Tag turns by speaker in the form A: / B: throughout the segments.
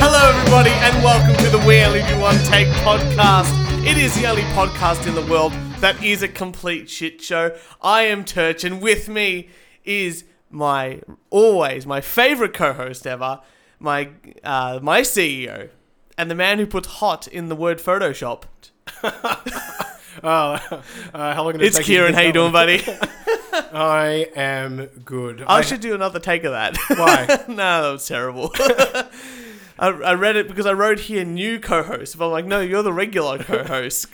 A: everybody, and welcome to the We Only Do One Take podcast. It is the only podcast in the world that is a complete shit show. I am Turch, and with me is my always my favorite co-host ever, my uh, my CEO, and the man who puts hot in the word Photoshop.
B: Oh, uh, how long did it
A: It's
B: take you
A: Kieran.
B: to
A: How
B: get
A: you
B: that
A: doing,
B: one?
A: buddy?
B: I am good.
A: I
B: I-
A: should do another take of that.
B: Why?
A: no, that was terrible. I, I read it because I wrote here new co-host, but I'm like, no, you're the regular co-host.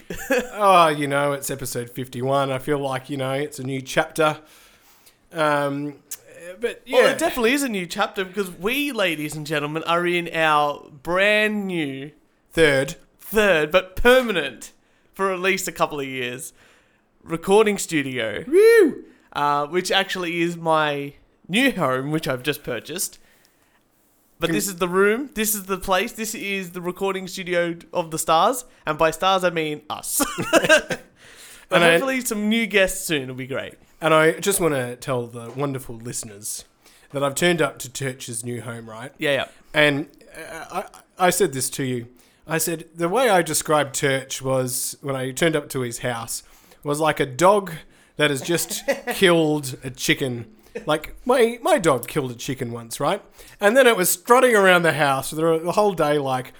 B: oh, you know, it's episode fifty-one. I feel like you know, it's a new chapter. Um, but yeah,
A: Well, Oh, it definitely is a new chapter because we, ladies and gentlemen, are in our brand new
B: third.
A: third, but permanent for at least a couple of years, recording studio,
B: Woo!
A: uh, which actually is my new home, which I've just purchased. But this is the room, this is the place, this is the recording studio of the stars, and by stars I mean us. and
B: And I-
A: hopefully, some new guests soon will be great.
B: And I just want to tell the wonderful listeners that I've turned up to Church's new home, right?
A: Yeah, yeah.
B: And uh, I, I said this to you. I said the way I described Church was when I turned up to his house was like a dog that has just killed a chicken. Like my my dog killed a chicken once, right? And then it was strutting around the house the, the whole day, like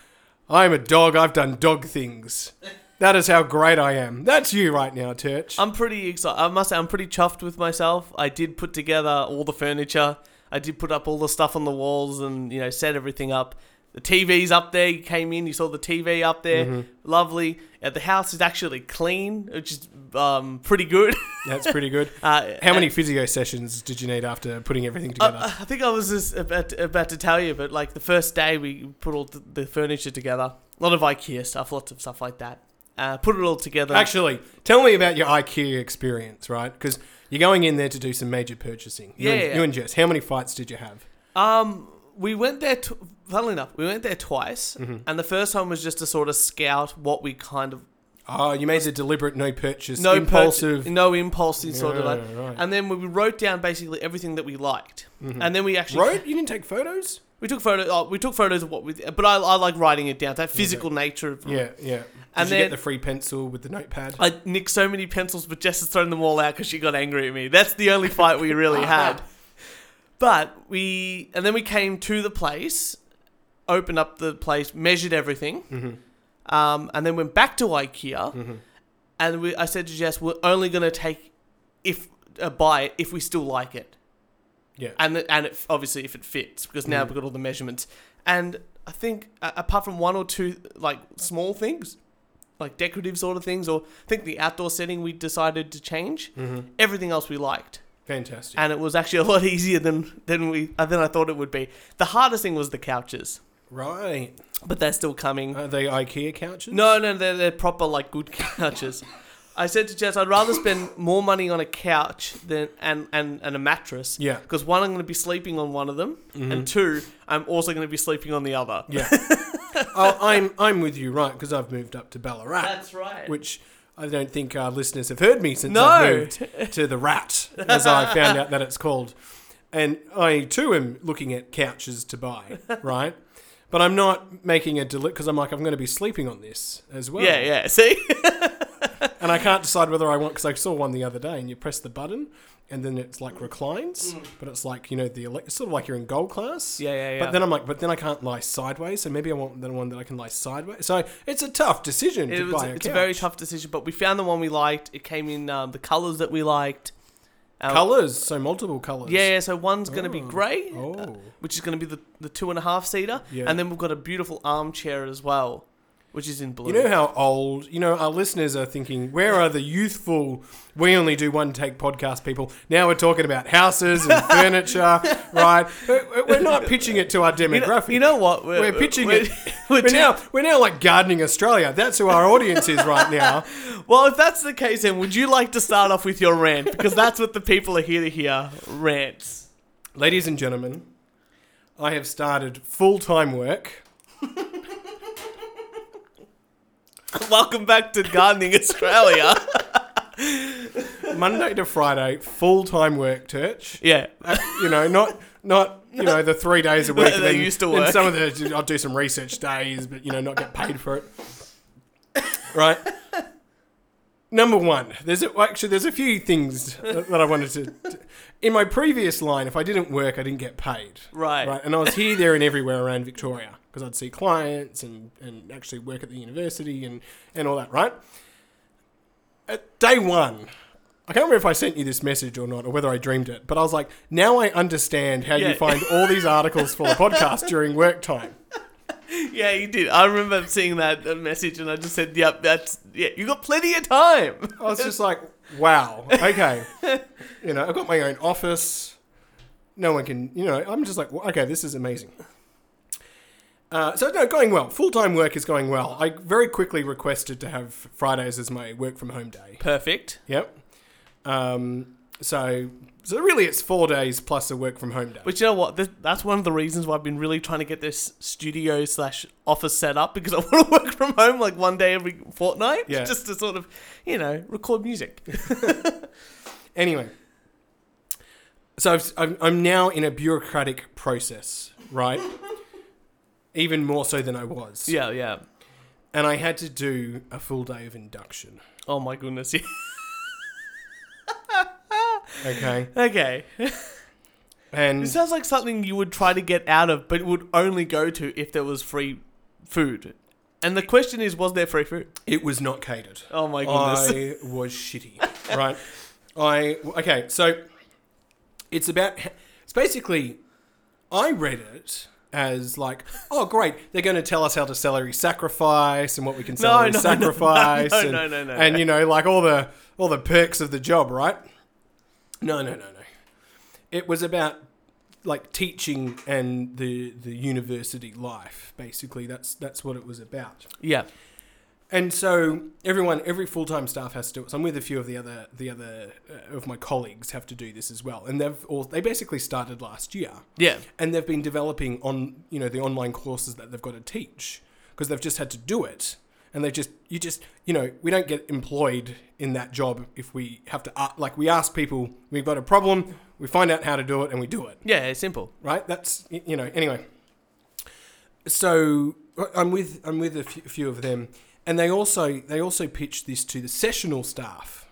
B: I'm a dog. I've done dog things. That is how great I am. That's you right now, Church.
A: I'm pretty excited. I must say, I'm pretty chuffed with myself. I did put together all the furniture. I did put up all the stuff on the walls and, you know, set everything up. The TV's up there. You came in, you saw the TV up there. Lovely. Uh, the house is actually clean, which is um, pretty good.
B: That's pretty good.
A: Uh,
B: How many physio sessions did you need after putting everything
A: I,
B: together?
A: Uh, I- I think I was just about to, about to tell you, but like the first day we put all the, the furniture together. A lot of IKEA stuff, lots of stuff like that. Uh, put it all together.
B: Actually, tell me about your IKEA experience, right? Because you're going in there to do some major purchasing. You
A: Yeah,
B: and,
A: yeah.
B: you and Jess, how many fights did you have?
A: Um, we went there. T- funnily enough, we went there twice,
B: Mm-hmm.
A: and the first one was just to sort of scout what we kind of
B: Oh, you made the deliberate no purchase,
A: Uh, no purch-
B: impulsive.
A: no impulsive sort of like.
B: Yeah, right. Mm-hmm.
A: And then we wrote down basically everything that we liked, and then we actually
B: Road? You didn't take photos?
A: we took photos. Oh, we took photos of what we. But I, I like writing it down. That physical nature of
B: Yeah, yeah. Did
A: And
B: you
A: then- Uh,
B: get the free pencil with the notepad?
A: I nicked so many pencils, but Jess has thrown them all out because she got angry at me. That's the only fight we really had. But we, and then we came to the place, opened up the place, measured everything,
B: Mm-hmm.
A: um, and then went back to IKEA. And we, I said to Jess, "We're only going to take if uh, buy it if we still like it."
B: yeah.
A: and the, and it, obviously if it fits because now we've got all the measurements and i think uh, apart from one or two like small things like decorative sort of things or i think the outdoor setting we decided to change everything else we liked
B: Fantastic.
A: and it was actually a lot easier than than we uh, than i thought it would be the hardest thing was the couches
B: right.
A: but they're still coming
B: Are they IKEA couches?
A: no, no, they're, they're proper, like, good couches. I said to Jess, I'd rather spend more money on a couch than and, and, and a mattress.
B: Yeah. Mm-hmm.
A: Because one, I'm going to be sleeping on one of them, and two, I'm also going to be sleeping on the other.
B: Yeah. oh, I'm, I'm with you, right, because I've moved up to Ballarat.
A: That's right.
B: which I don't think our listeners have heard me since
A: No.
B: I moved to the rat, as I found out that it's called. And I too am looking at couches to buy, right? But I'm not making a delivery because I'm like I'm going to be sleeping on this as well.
A: yeah, yeah. See,
B: And I can't decide whether I want because I saw one the other day, and you press the button, and then it's like reclines, but it's like you know the elect- sort of like you're in gold class.
A: Mm. Yeah, yeah, yeah.
B: But then I'm like, but then I can't lie sideways, so maybe I want the one that I can lie sideways. So it's a tough decision
A: it
B: to
A: was,
B: buy a
A: it's a very
B: couch.
A: tough decision, but we found the one we liked. It came in um, the colors that we liked. Um,
B: colors, so multiple colors.
A: Yeah, yeah. So one's going to be
B: Oh.
A: grey, uh,
B: Oh.
A: which is going to be the, the two and a half seater,
B: Yeah.
A: and then we've got a beautiful armchair as well, which is in blue.
B: You know how old, you know, our listeners are thinking, where are the youthful, we only do one take podcast people? Now we're talking about houses and furniture, right? We're we're not pitching it to our
A: You know,
B: demographic.
A: you know what? We're,
B: we're pitching
A: we're-
B: it.
A: we're
B: We're,
A: too-
B: now, we're now like gardening Australia. That's who our audience is right now.
A: Well, if that's the case, then would you like to start off with your rant? Because that's what the people are here to hear rants.
B: Ladies and gentlemen, I have started full time work.
A: Welcome back to Gardening Australia.
B: Monday to Friday, full time work, church.
A: yeah.
B: you uh, know, not not you know, the three days a week.
A: They
B: then,
A: used to
B: then
A: work.
B: some of the I'll do some research days, but you know, not get paid for it. Right. Number one, there's a, well, actually there's a few things that that I wanted to, to. In my previous line, if I didn't work, I didn't get paid.
A: Right.
B: Right. And I was here, there, and everywhere around Victoria because I'd see clients and, and actually work at the university and, and all that, right? At day one, I can't remember if I sent you this message or not or whether I dreamed it, but I was like, now I understand how
A: Yeah.
B: you find all these articles for the podcast during work time.
A: Yeah, you did. I remember seeing that uh, message, and I just said, "Yep, that's yeah. You got plenty of time."
B: I was just like, wow, okay. You know, I've got my own office. No one can, you know, I'm just like, "Well, okay, this is amazing. Uh, so, no, going well. Full time work is going well. I very quickly requested to have Fridays as my work from home day.
A: Perfect.
B: Yep. Um, so, so really, it's four days plus a work from home day.
A: But you know what? Th- That's one of the reasons why I've been really trying to get this studio slash office set up because I want to work from home like one day every fortnight,
B: Yeah.
A: just to sort of, you know, record music.
B: Anyway, so I've, I'm, I'm now in a bureaucratic process, right? Even more so than I was.
A: yeah, yeah.
B: And I had to do a full day of induction.
A: Oh my goodness. Yeah.
B: Okay.
A: Okay. It
B: And
A: sounds like something you would try to get out of, but would only go to if there was free food. And the question is, was there free food?
B: it was not catered.
A: Oh my goodness.
B: I was shitty. Right. I okay. So it's about. It's basically. I read it as like, oh great, they're going to tell us how to celery sacrifice and what we can celery
A: no, no,
B: sacrifice.
A: no,
B: and,
A: no, no, no,
B: And
A: no.
B: you know, like all the all the perks of the job, right? No, no, no, no. It was about like teaching and the the university life. Basically, that's that's what it was about.
A: yeah.
B: And so everyone, every full time staff has to do it. So I'm with a few of the other, the other uh, of my colleagues have to do this as well. And they've all, they basically started last year,
A: Yeah.
B: and they've been developing on you know the online courses that they've got to teach because they've just had to do it, and they've just you just you know we don't get employed in that job if we have to a- like we ask people we've got a problem, we find out how to do it, and we do it
A: Yeah, it's simple.
B: right? That's y- you know. Anyway, so I- I'm with I'm with a few, few of them, and they also they also pitched this to the sessional staff,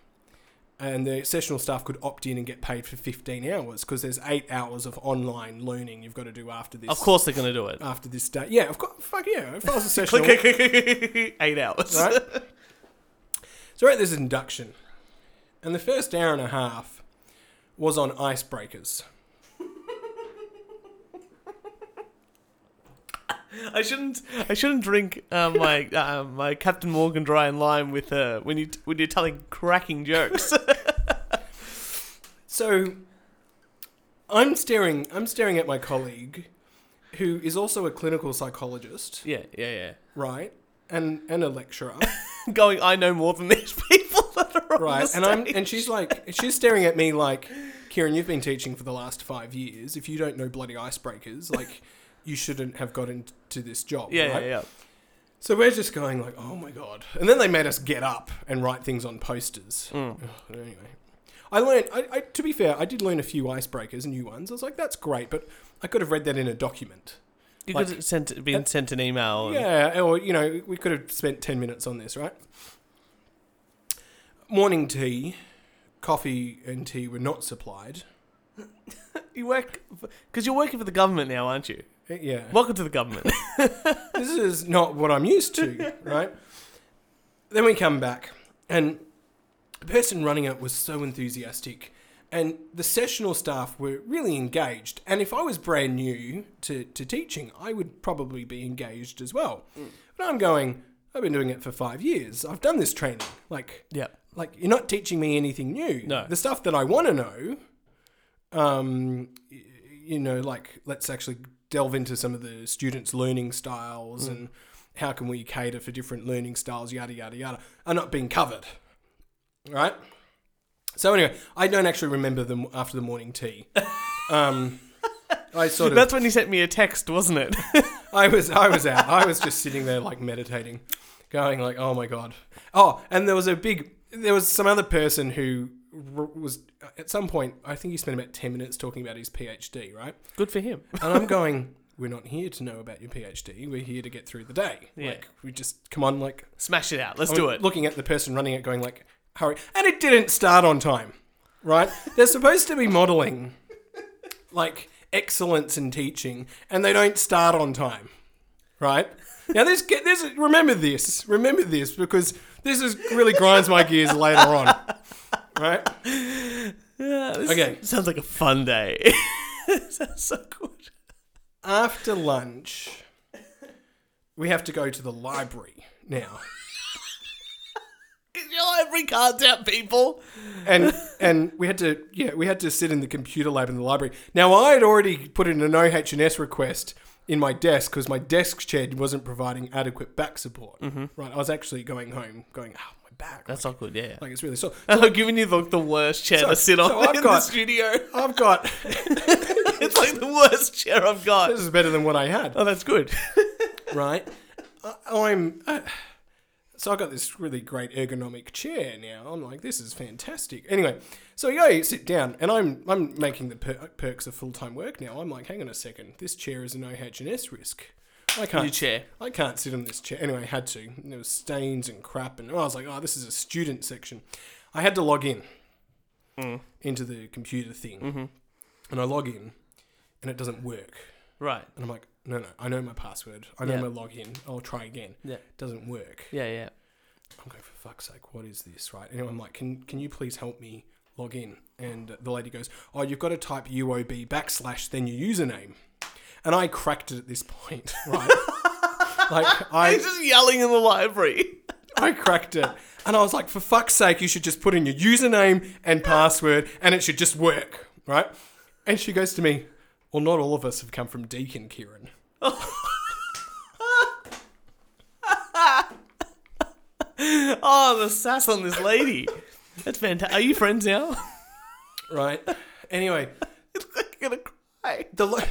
B: and the sessional staff could opt in and get paid for 15 hours because there's eight hours of online learning you've got to do after this.
A: Of course they're going to do it.
B: After this day, yeah, of course, fuck yeah. If I was a sessional,
A: Eight hours.
B: right? so right, there's induction, and the first hour and a half was on icebreakers.
A: I shouldn't. I shouldn't drink uh, my uh, my Captain Morgan dry and lime with uh, when you when you're telling cracking jokes.
B: So I'm staring I'm staring at my colleague who is also a clinical psychologist,
A: yeah, yeah,
B: right? And and a lecturer,
A: yeah. Going, I know more than these people that are on
B: right?
A: the
B: And I'm
A: stage."
B: and she's like she's staring at me like, "Kieran, you've been teaching for the last 5 years. If you don't know bloody icebreakers, like you shouldn't have gotten to this job,
A: yeah,
B: right?"
A: yeah, yeah.
B: So we're just going like, "Oh my god." And then they made us get up and write things on posters. Ugh, anyway, I learned. I, I, to be fair, I did learn a few icebreakers, new ones. I was like, "That's great," but I could have read that in a document.
A: You
B: Like-
A: could have sent been sent an email. and-
B: Yeah, or you know, we could have spent ten minutes on this, right? Morning tea, coffee, and tea were not supplied.
A: You work because you're working for the government now, aren't you?
B: Uh, Yeah,
A: Welcome to the government.
B: this is not what I'm used to, right? then we come back, and the person running it was so enthusiastic, and the sessional staff were really engaged. And if I was brand new to, to teaching, I would probably be engaged as well. But I'm going, I've been doing it for five years. I've done this training. Like,
A: yeah.
B: like you're not teaching me anything new.
A: No.
B: the stuff that I want to know, um, y- you know, like let's actually delve into some of the students' learning
A: Mm.
B: styles and how can we cater for different learning styles, yada yada yada, are not being covered, right? So anyway, I don't actually remember them after the morning tea. um, I sort of
A: That's when you sent me a text, wasn't it?
B: I was I was out. I was just sitting there like meditating, going like, "Oh my god." Oh, and there was a big there was some other person who r- was at some point. I think he spent about ten minutes talking about his PhD, right?
A: Good for him.
B: And I'm going, we're not here to know about your PhD. We're here to get through the day.
A: Yeah.
B: Like we just come on, like
A: Smash it out. Let's
B: I'm
A: do it.
B: Looking at the person running it, going like, hurry! And it didn't start on time, right? They're supposed to be modeling, like excellence in teaching, and they don't start on time, right? Now this, get this. Remember this. Remember this because this is really grinds my gears later on, right?
A: Yeah, this
B: Okay.
A: Sounds like a fun day. sounds so good.
B: After lunch, we have to go to the library now.
A: Get your library cards out, people.
B: and and we had to yeah we had to sit in the computer lab in the library. Now I had already put in an OHS request in my desk because my desk chair wasn't providing adequate back support. Right, I was actually going home going oh my back
A: That's not good, yeah.
B: like it's really sore.
A: And I'm giving you like the worst chair to sit on
B: so I've
A: in the
B: got-
A: studio.
B: I've got
A: It's like the worst chair I've got.
B: this is better than what I had.
A: Oh, that's good.
B: right? I, am Uh, so I got this really great ergonomic chair now. I'm like, this is fantastic. Anyway, so yeah, you sit down, and I'm I'm making the per- perks of full time work now. I'm like, hang on a second, this chair is an OHS risk. I
A: New
B: can't
A: chair.
B: I can't sit on this chair. Anyway, I had to. And There was stains and crap, and I was like, oh, this is a student section. I had to log in into the computer thing, and I log in, and it doesn't work.
A: Right.
B: And I'm like, no, no, I know my password. I know
A: Yeah.
B: my login. I'll try again.
A: Yeah.
B: Doesn't work.
A: Yeah, yeah.
B: I'm going, for fuck's sake, what is this, right? And I'm like, can, can you please help me log in? And the lady goes, oh, you've got to type UOB backslash, then your username. And I cracked it at this point, right? like,
A: He's
B: I,
A: just yelling in the library.
B: I cracked it. And I was like, for fuck's sake, you should just put in your username and password and it should just work, right? And she goes to me, well, not all of us have come from Deacon, Kieran.
A: Oh, the sass on this lady. That's fantastic. Are you friends now?
B: right? Anyway,
A: it's like you're gonna cry.
B: the li-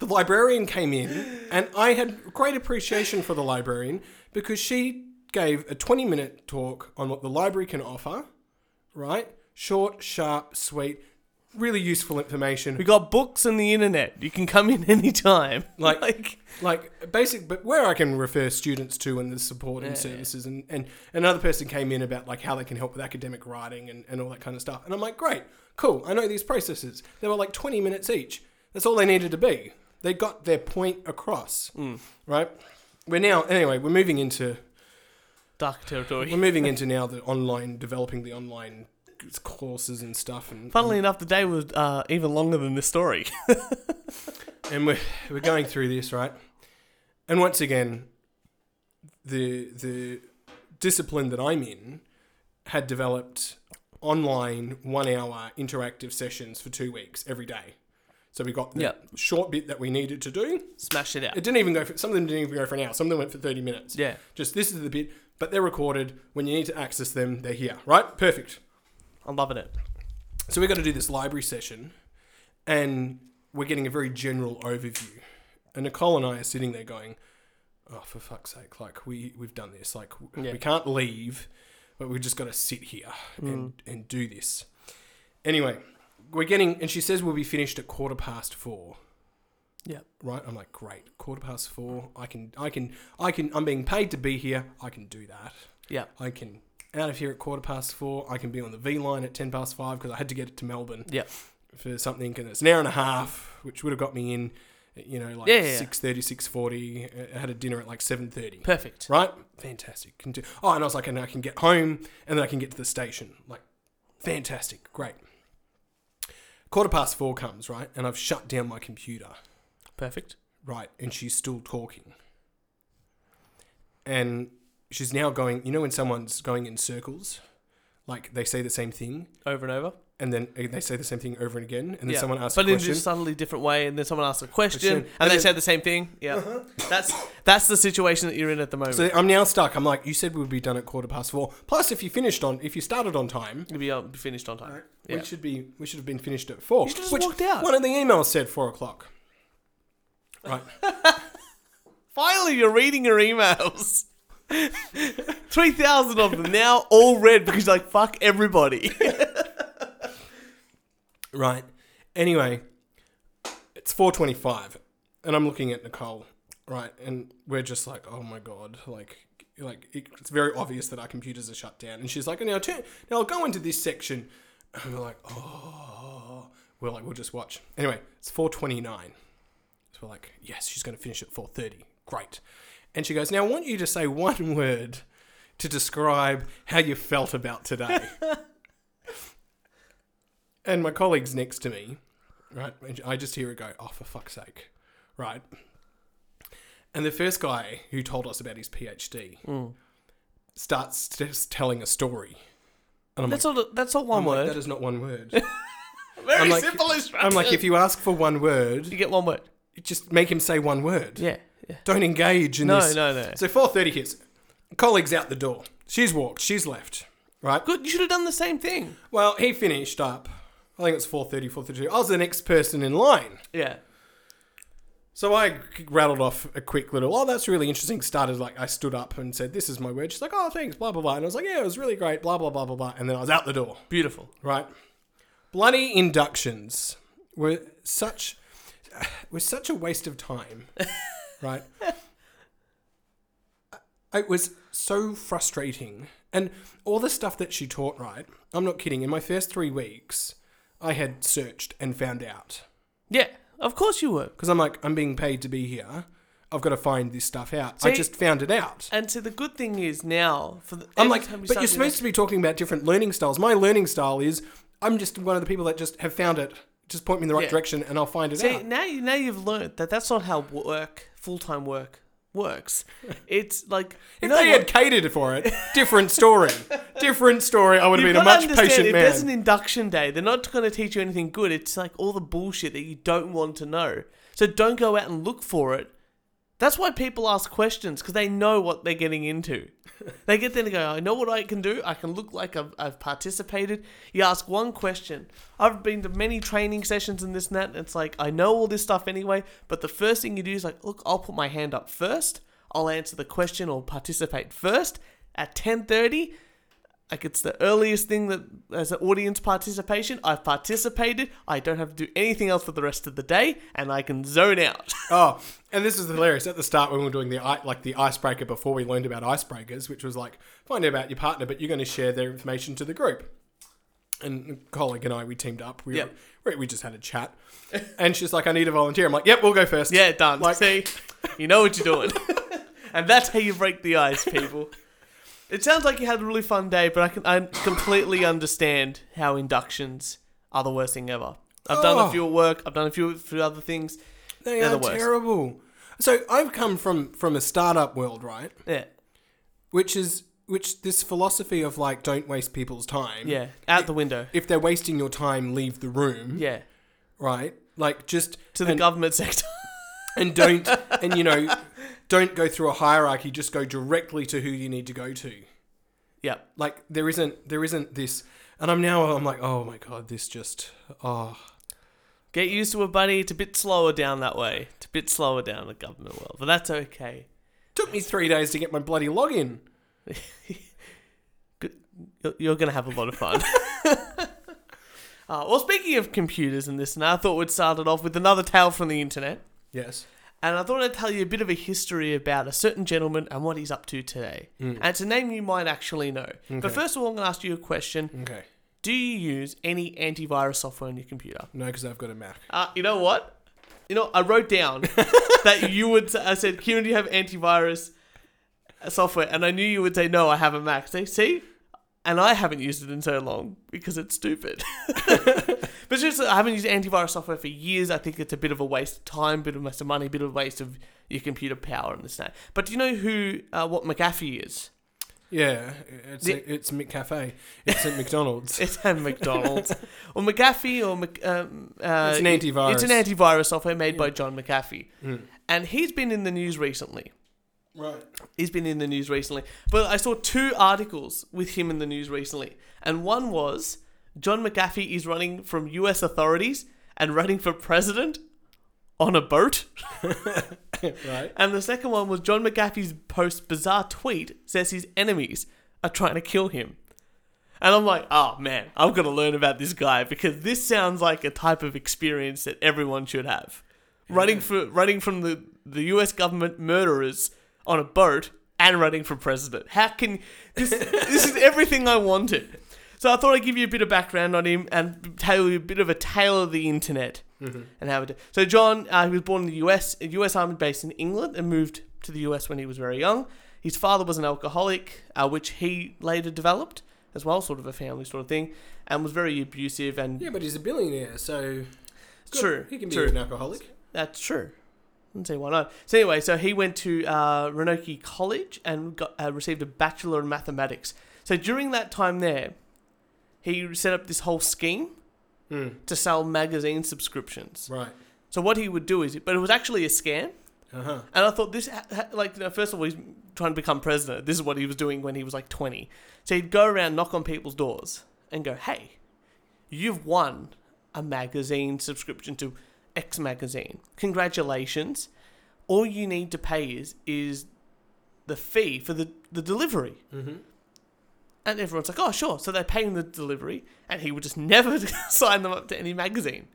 B: the librarian came in, and I had great appreciation for the librarian because she gave a twenty minute talk on what the library can offer. Right, short, sharp, sweet, really useful information.
A: We got books and the internet. You can come in anytime.
B: Like- like basic but where i can refer students to and the support and
A: Yeah.
B: services and, and another person came in about like how they can help with academic writing and, and all that kind of stuff and i'm like great cool i know these processes they were like 20 minutes each that's all they needed to be they got their point across right we're now anyway we're moving into
A: dark territory.
B: we're moving into now the online developing the online courses and stuff and
A: Funnily enough, the day was uh, even longer than this story.
B: and we're, we're going through this right and once again the the discipline that i'm in had developed online one hour interactive sessions for two weeks every day so we got the
A: Yeah.
B: short bit that we needed to do
A: Smash it out.
B: it didn't even go for some of them didn't even go for an hour some of them went for 30 minutes
A: yeah.
B: just this is the bit but they're recorded when you need to access them they're here right perfect
A: I'm loving it.
B: so we're going to do this library session, and we're getting a very general overview. And Nicole and I are sitting there going, "Oh, for fuck's sake! Like we we've done this. Like w
A: Yeah.
B: we can't leave, but we've just got to sit here and
A: Mm.
B: and do this." Anyway, we're getting, and she says we'll be finished at quarter past four.
A: Yeah.
B: Right? I'm like, great. Quarter past four. I can, I can, I can. I'm being paid to be here. I can do that.
A: Yeah.
B: I can out of here at quarter past four. I can be on the V line at ten past five because I had to get it to Melbourne
A: Yeah.
B: for something, and it's an hour and a half, which would have got me in, you know, like
A: Yeah, yeah, yeah.
B: six thirty, six forty. I had a dinner at like seven thirty.
A: Perfect.
B: Right? Fantastic. Can do. Oh, and I was like, and I can get home, and then I can get to the station. Like, fantastic. Great. Quarter past four comes right, and I've shut down my computer.
A: Perfect.
B: Right, and she's still talking. And she's now going, you know, when someone's going in circles, like they say the same thing,
A: Over and over.
B: and then they say the same thing over and again, and then
A: yeah.
B: someone asks
A: but
B: a
A: in
B: question.
A: a subtly different way, and then someone asks a question,
B: Question.
A: and, Uh-huh.
B: And
A: they
B: then-
A: say the same thing. Yeah. That's that's the situation that you're in at the moment.
B: So I'm now stuck. I'm like, you said we'd be done at quarter past four. Plus, if you finished on, if you started on time,
A: You'll be, uh, be finished on time. Yeah.
B: we should be, we should have been finished at four.
A: You should've just
B: which
A: walked out.
B: One of the emails said four o'clock. Right.
A: Finally, you're reading your emails. 3,000 of them now, all red because you're like, fuck everybody.
B: Right. Anyway, it's 4:25 and I'm looking at Nicole, right? And we're just like, "Oh my god, like like it- it's very obvious that our computers are shut down." And she's like, "Now turn now I'll go into this section." And we're like, "Oh." We're like, "We'll just watch." Anyway, it's 4:29. So we're like, "Yes, she's going to finish at 4:30. Great." And she goes, "Now I want you to say one word to describe how you felt about today." and my colleague's next to me, right? And I just hear it go, oh, for fuck's sake, right? And the first guy who told us about his PhD
A: Hmm.
B: starts just telling a story. And I'm
A: That's
B: like,
A: all. That's all one
B: I'm like,
A: word.
B: that is not one word.
A: Very
B: I'm like-
A: simple instruction.
B: I'm like, if you ask for one
A: you
B: word,
A: get one word.
B: just make him say one word.
A: Yeah. Yeah.
B: Don't engage in
A: No,
B: this.
A: no, no.
B: So 4.30 hits. Colleague's out the door. She's walked. She's left. Right?
A: Good. You should have done the same thing.
B: Well, he finished up. I think it's 4.30, 4.32. I was the next person in line.
A: Yeah.
B: So I rattled off a quick little, oh, that's really interesting. Started like, I stood up and said, this is my word. She's like, oh, thanks, blah, blah, blah. And I was like, yeah, it was really great, blah, blah, blah, blah, blah. And then I was out the door,
A: Beautiful.
B: right? Bloody inductions were such, was such a waste of time, right? It was so frustrating. And all the stuff that she taught, right? I'm not kidding. In my first three weeks, I had searched and found out
A: Yeah. Of course you were.
B: because I'm like, I'm being paid to be here. I've got to find this stuff out. I
A: See-
B: just found it out.
A: And so the good thing is now for the,
B: I'm
A: every
B: like,
A: time we
B: but
A: start doing
B: you're supposed to be talking about different learning styles. My learning style is I'm just one of the people that just have found it. Just point me in the right
A: Yeah.
B: direction and I'll find it
A: See,
B: out.
A: now you now you've learned that that's not how work full time work works. It's like
B: If
A: you know
B: they
A: what?
B: had catered for it, different story. different story. I would have
A: You've
B: been a
A: got to
B: much
A: understand,
B: patient
A: if there's an
B: man.
A: induction day, they're not going to teach you anything good. It's like all the bullshit that you don't want to know. So don't go out and look for it. That's why people ask questions because they know what they're getting into. they get there and go, I know what I can do. I can look like I've, I've participated. You ask one question. I've been to many training sessions and this and that. And it's like, I know all this stuff anyway. But the first thing you do is like, look, I'll put my hand up first. I'll answer the question or participate first. At 10.30, like it's the earliest thing that as an audience participation i've participated i don't have to do anything else for the rest of the day and i can zone out
B: Oh, and this is hilarious. At the start, when we were doing the i- like the icebreaker before we learned about icebreakers, which was like find out about your partner, but you're going to share their information to the group. And a colleague and I, we teamed up. We
A: Yep.
B: were, we just had a chat, and she's like, "I need a volunteer." I'm like, "Yep, we'll go first.
A: yeah done
B: Like-
A: see you know what you're doing and that's how you break the ice people it sounds like you had a really fun day but i can i completely understand how inductions are the worst thing ever i've done
B: Oh.
A: a few at work i've done a few, few other things
B: they
A: They're
B: are
A: the worst.
B: terrible." So I've come from from a startup world, right?
A: yeah
B: Which is which this philosophy of like don't waste people's time.
A: yeah out the window
B: If they're wasting your time, leave the room.
A: yeah
B: Right. Like just
A: to the
B: and-
A: government sector
B: and don't and you know don't go through a hierarchy just go directly to who you need to go to
A: yep
B: like there isn't there isn't this and i'm now i'm like oh my god this just oh
A: Get used to it, buddy. It's a bit slower down that way. It's a bit slower down the government world, but that's okay.
B: took me three days to get my bloody login
A: Good- you're- You're going to have a lot of fun. uh, well, speaking of computers and this, and that, I thought we'd start it off with another tale from the internet.
B: yes
A: And I thought I'd tell you a bit of a history about a certain gentleman and what he's up to today. And it's a name you might actually know. But first of all, I'm going to ask you a question
B: okay
A: Do you use any antivirus software on your computer?
B: no because i've got a mac
A: Uh, you know what? You know, I wrote down that you would. I said, "Kieran, do you have antivirus software?" And I knew you would say, "No, I have a Mac." Say, see, and I haven't used it in so long because it's stupid. but seriously, I haven't used antivirus software for years. I think it's a bit of a waste of time, bit of a waste of money, bit of a waste of your computer power and this and that. But do you know who uh, what McAfee is?
B: yeah it's it's mick cafe it's at mcdonald's
A: It's at McDonald's or McAfee or Mc, um, uh,
B: It's an antivirus. Hmm.
A: It's an antivirus software made by John McAfee, and he's been in the news recently.
B: right
A: He's been in the news recently, but I saw two articles with him in the news recently, and one was John McAfee is running from U.S. authorities and running for president on a boat.
B: right
A: And the second one was John McAfee's post bizarre tweet says his enemies are trying to kill him. And I'm like, oh man, I've got to learn about this guy because this sounds like a type of experience that everyone should have. Running for running from the, the US government murderers on a boat and running for president. How can this this is everything I wanted. So I thought I'd give you a bit of background on him and tell you a bit of a tale of the internet and how it. So John, uh, he was born in the U.S. a U.S. Army base in England and moved to the U.S. when he was very young. His father was an alcoholic, uh, which he later developed as well, sort of a family sort of thing, and was very abusive and
B: Yeah, but he's a billionaire, so good.
A: true.
B: He can be
A: true.
B: an alcoholic.
A: That's true. I didn't say why not. So anyway, so he went to uh, Roanoke College and got, uh, received a bachelor in mathematics. So during that time there, he set up this whole scheme
B: Hmm.
A: to sell magazine subscriptions.
B: Right.
A: So what he would do is, but it was actually a scam.
B: Uh huh.
A: And I thought this, ha- ha- like, you know, first of all, he's trying to become president. This is what he was doing when he was like 20. So he'd go around, knock on people's doors, and go, hey, you've won a magazine subscription to X magazine. Congratulations. All you need to pay is is the fee for the, the delivery.
B: Mm-hmm.
A: And everyone's like, oh, sure. So they pay him the delivery, and he would just never sign them up to any magazine.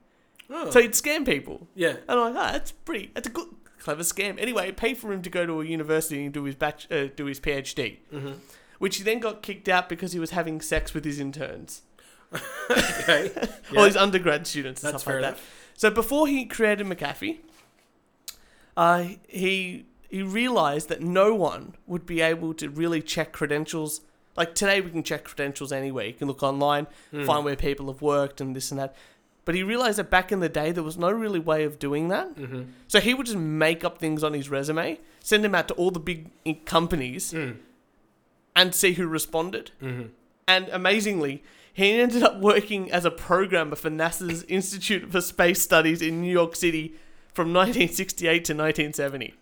B: Oh.
A: So he'd scam people.
B: yeah.
A: And I'm like, oh, that's pretty, that's a good, clever scam. Anyway, it paid for him to go to a university and do his bach- uh, do his PhD,
B: Mm-hmm.
A: which he then got kicked out because he was having sex with his interns
B: Okay.
A: or
B: Yeah.
A: his undergrad students and
B: That's
A: stuff
B: fair
A: like that.
B: enough.
A: So before he created McAfee, uh, he he realized that no one would be able to really check credentials. Like today, we can check credentials anywhere. You can look online,
B: Hmm. Mm.
A: find where people have worked and this and that. But he realized that back in the day, there was no really way of doing that.
B: Mm-hmm.
A: So he would just make up things on his resume, send them out to all the big i- companies,
B: Mm.
A: and see who responded.
B: Mm-hmm.
A: And amazingly, he ended up working as a programmer for NASA's Institute for Space Studies in New York City from 1968 to 1970.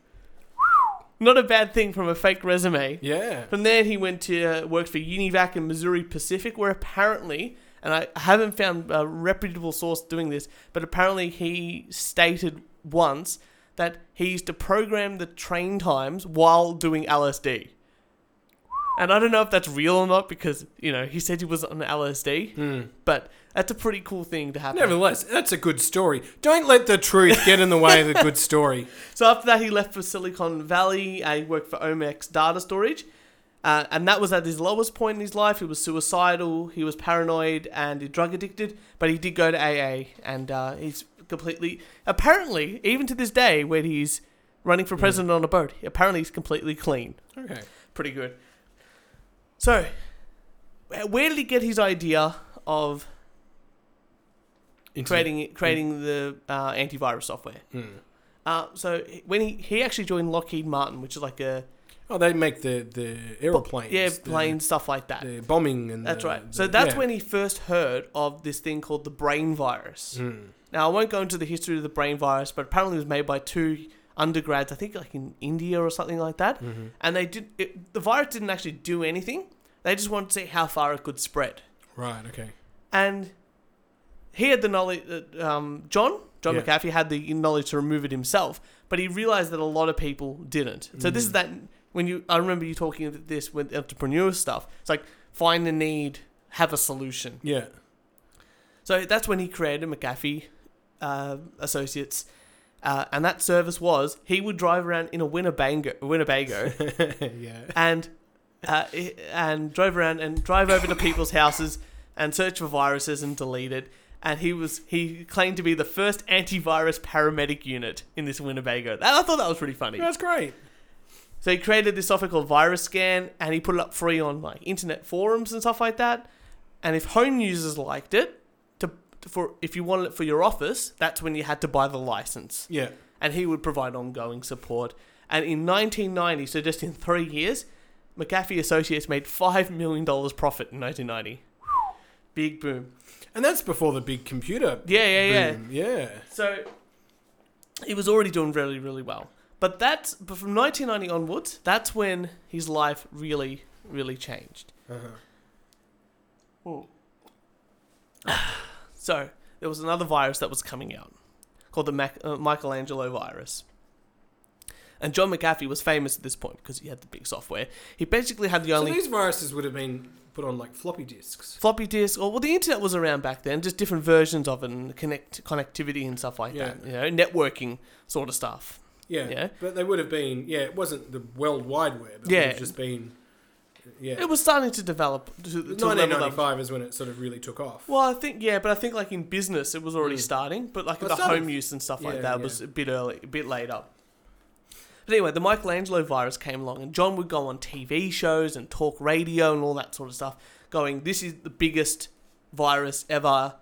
A: Not a bad thing from a fake resume.
B: Yeah.
A: From there, he went to uh, worked for Univac in Missouri Pacific, where apparently, and I haven't found a reputable source doing this, but apparently he stated once that he used to program the train times while doing LSD. And I don't know if that's real or not because you know he said he was on LSD,
B: Mm.
A: but that's a pretty cool thing to happen.
B: Nevertheless, that's a good story. Don't let the truth get in the way of the good story.
A: So after that, he left for Silicon Valley. Uh, he worked for Omex Data Storage, uh, and that was at his lowest point in his life. He was suicidal, he was paranoid, and he drug addicted. But he did go to AA, and uh, he's completely apparently even to this day when he's running for president on a boat. Apparently, he's completely clean.
B: Okay.
A: Pretty good. So, wh- where did he get his idea of creating creating the uh, antivirus software?
B: Mm.
A: Uh, so when he he actually joined Lockheed Martin, which is like a
B: Oh, they make the the aeroplanes.
A: yeah
B: the-
A: plane stuff like that.
B: The, bombing and
A: that's
B: the-
A: right.
B: the-
A: So that's
B: yeah.
A: when he first heard of this thing called the brain virus.
B: Mm.
A: Now I won't go into the history of the brain virus, but apparently it was made by two undergrads, I think like in India or something like that.
B: Mhm.
A: And they did it, the virus didn't actually do anything. They just wanted to see how far it could spread.
B: Right. Okay.
A: And he had the knowledge. Uh, um, John John
B: Yeah.
A: McAfee had the knowledge to remove it himself, but he realized that a lot of people didn't. So this is that when you I remember you talking about this with entrepreneur stuff. It's like find the need, have a solution.
B: Yeah.
A: So that's when he created McAfee uh, Associates. Uh, and that service was he would drive around in a Winnebago, Winnebago
B: yeah.
A: and uh, i- and drove around and drive over to people's houses and search for viruses and delete it. And he was he claimed to be the first antivirus paramedic unit in this Winnebago. And I thought that was pretty funny.
B: That's great.
A: So he created this software called Virus Scan, and he put it up free on like internet forums and stuff like that. And if home users liked it, to for if you wanted it for your office, that's when you had to buy the license
B: Yeah.
A: and he would provide ongoing support. And in 1990, so just in three years, McAfee Associates made $5 million profit in 1990. Big boom.
B: And that's before the big computer.
A: Yeah, yeah, yeah.
B: boom. Yeah.
A: So he was already doing really, really well. But that's but from 1990 onwards, that's when his life really, really changed.
B: Uh-huh.
A: So there was another virus that was coming out called the Mac- uh, Michelangelo virus. And John McAfee was famous at this point because he had the big software. He basically had the only
B: So these viruses would have been put on like floppy disks.
A: floppy disk, or well, the internet was around back then, just different versions of it and connect connectivity and stuff like
B: Yeah.
A: that. You know, networking sort of stuff.
B: Yeah.
A: Yeah.
B: But they would have been, yeah, it wasn't the World Wide Web. It
A: Yeah.
B: would have just been, yeah.
A: It was starting to develop to, to a level that
B: 1995 is when it sort of really took off.
A: Well, I think yeah, but I think like in business it was already
B: Mm.
A: starting, but like
B: Well,
A: the
B: sort
A: home
B: of.
A: use and stuff like
B: Yeah,
A: that
B: yeah.
A: was a bit early, a bit later. But anyway, the Michelangelo virus came along, and John would go on TV shows and talk radio and all that sort of stuff, going, "This is the biggest virus ever.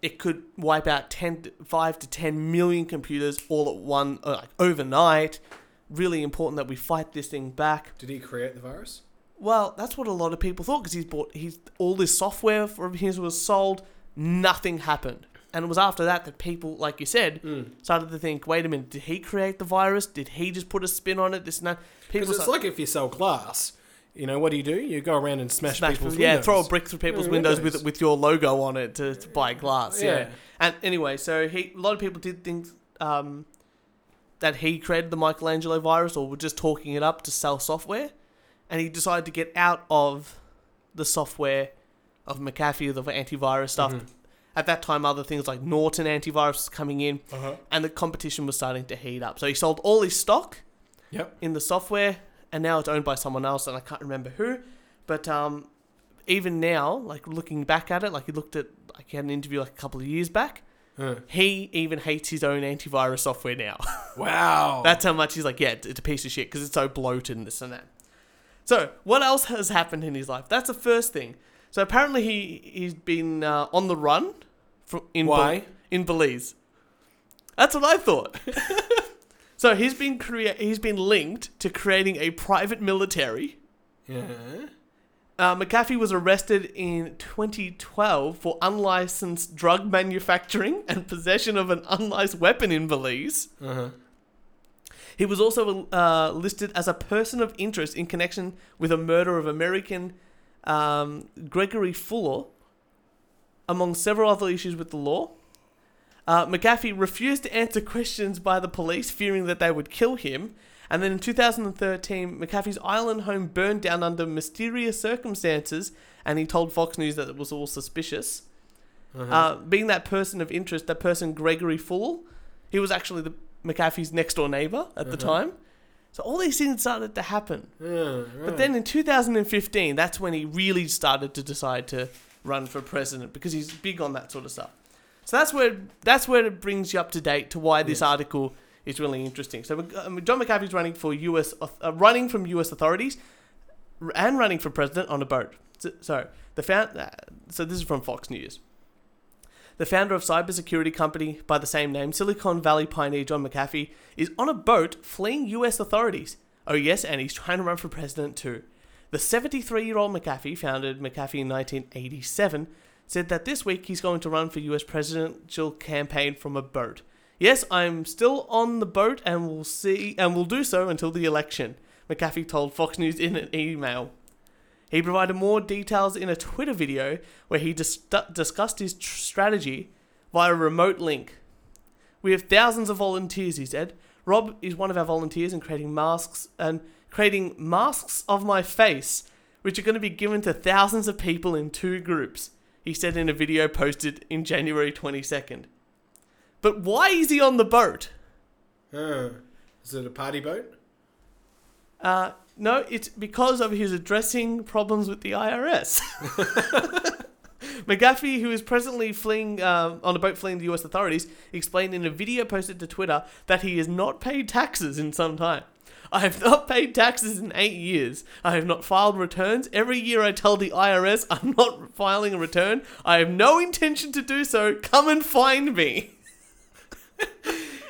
A: It could wipe out 10, to- 5 to ten million computers all at one, uh, like overnight. Really important that we fight this thing back."
B: Did he create the virus?
A: Well, that's what a lot of people thought because he's bought he's all this software from his was sold, nothing happened, and it was after that that people, like you said,
B: Mm.
A: started to think, wait a minute, did he create the virus? Did he just put a spin on it? This and that. People
B: Because it's
A: start-
B: like if you sell glass, you know, what do you do? You go around and smash, people's
A: yeah,
B: windows.
A: throw a brick through people's
B: Yeah,
A: windows,
B: windows.
A: with with your logo on it to, to buy glass. Yeah.
B: Yeah.
A: And anyway, so he a lot of people did think um, that he created the Michelangelo virus, or were just talking it up to sell software, and he decided to get out of the software of McAfee, the antivirus stuff.
B: Mhm.
A: At that time, other things like Norton antivirus was coming in,
B: Uh-huh.
A: and the competition was starting to heat up. So he sold all his stock
B: Yep.
A: in the software, and now it's owned by someone else, and I can't remember who. But um, even now, like looking back at it, like he looked at, like he had an interview like a couple of years back.
B: Huh.
A: He even hates his own antivirus software now.
B: Wow.
A: That's how much he's like, yeah, it's a piece of shit because it's so bloated and this and that. So, what else has happened in his life? That's the first thing. So apparently he he's been uh, on the run from in Bel-
B: Why?
A: in Belize. That's what I thought. so he's been crea- he's been linked to creating a private military.
B: yeah.
A: Uh, McAfee was arrested in 2012 for unlicensed drug manufacturing and possession of an unlicensed weapon in Belize.
B: Uh-huh.
A: He was also uh, listed as a person of interest in connection with a murder of American um, Gregory Fuller, among several other issues with the law. Uh, McAfee refused to answer questions by the police, fearing that they would kill him. And then in 2013, McAfee's island home burned down under mysterious circumstances, and he told Fox News that it was all suspicious.
B: Uh-huh.
A: Uh, being that person of interest, that person Gregory Full, he was actually the McAfee's next door neighbor at the
B: Uh-huh.
A: time. So all these things started to happen.
B: Yeah,
A: But
B: right.
A: then in 2015, that's when he really started to decide to run for president because he's big on that sort of stuff. So that's where that's where it brings you up to date to why this
B: Yes.
A: article is really interesting. So um, John McAfee's running for U.S. auth- uh, running from U.S. authorities r- and running for president on a boat. So, sorry, the found uh, so this is from Fox News. The founder of cybersecurity company by the same name, Silicon Valley pioneer John McAfee, is on a boat fleeing US authorities. Oh, yes, and he's trying to run for president too. The 73 year old McAfee, founded McAfee in 1987, said that this week he's going to run for US presidential campaign from a boat. Yes, I'm still on the boat and will see and will do so until the election, McAfee told Fox News in an email. He provided more details in a Twitter video where he dis- discussed his tr- strategy via a remote link. We have thousands of volunteers, he said. Rob is one of our volunteers in creating masks and creating masks of my face, which are going to be given to thousands of people in two groups, he said in a video posted in January 22nd. But why is he on the boat?
B: Huh. Is it a party boat?
A: Uh, no, it's because of his addressing problems with the IRS. McGaffey, who is presently fleeing uh, on a boat fleeing the U.S. authorities, explained in a video posted to Twitter that he has not paid taxes in some time. I have not paid taxes in eight years. I have not filed returns. Every year I tell the IRS I'm not filing a return. I have no intention to do so. Come and find me.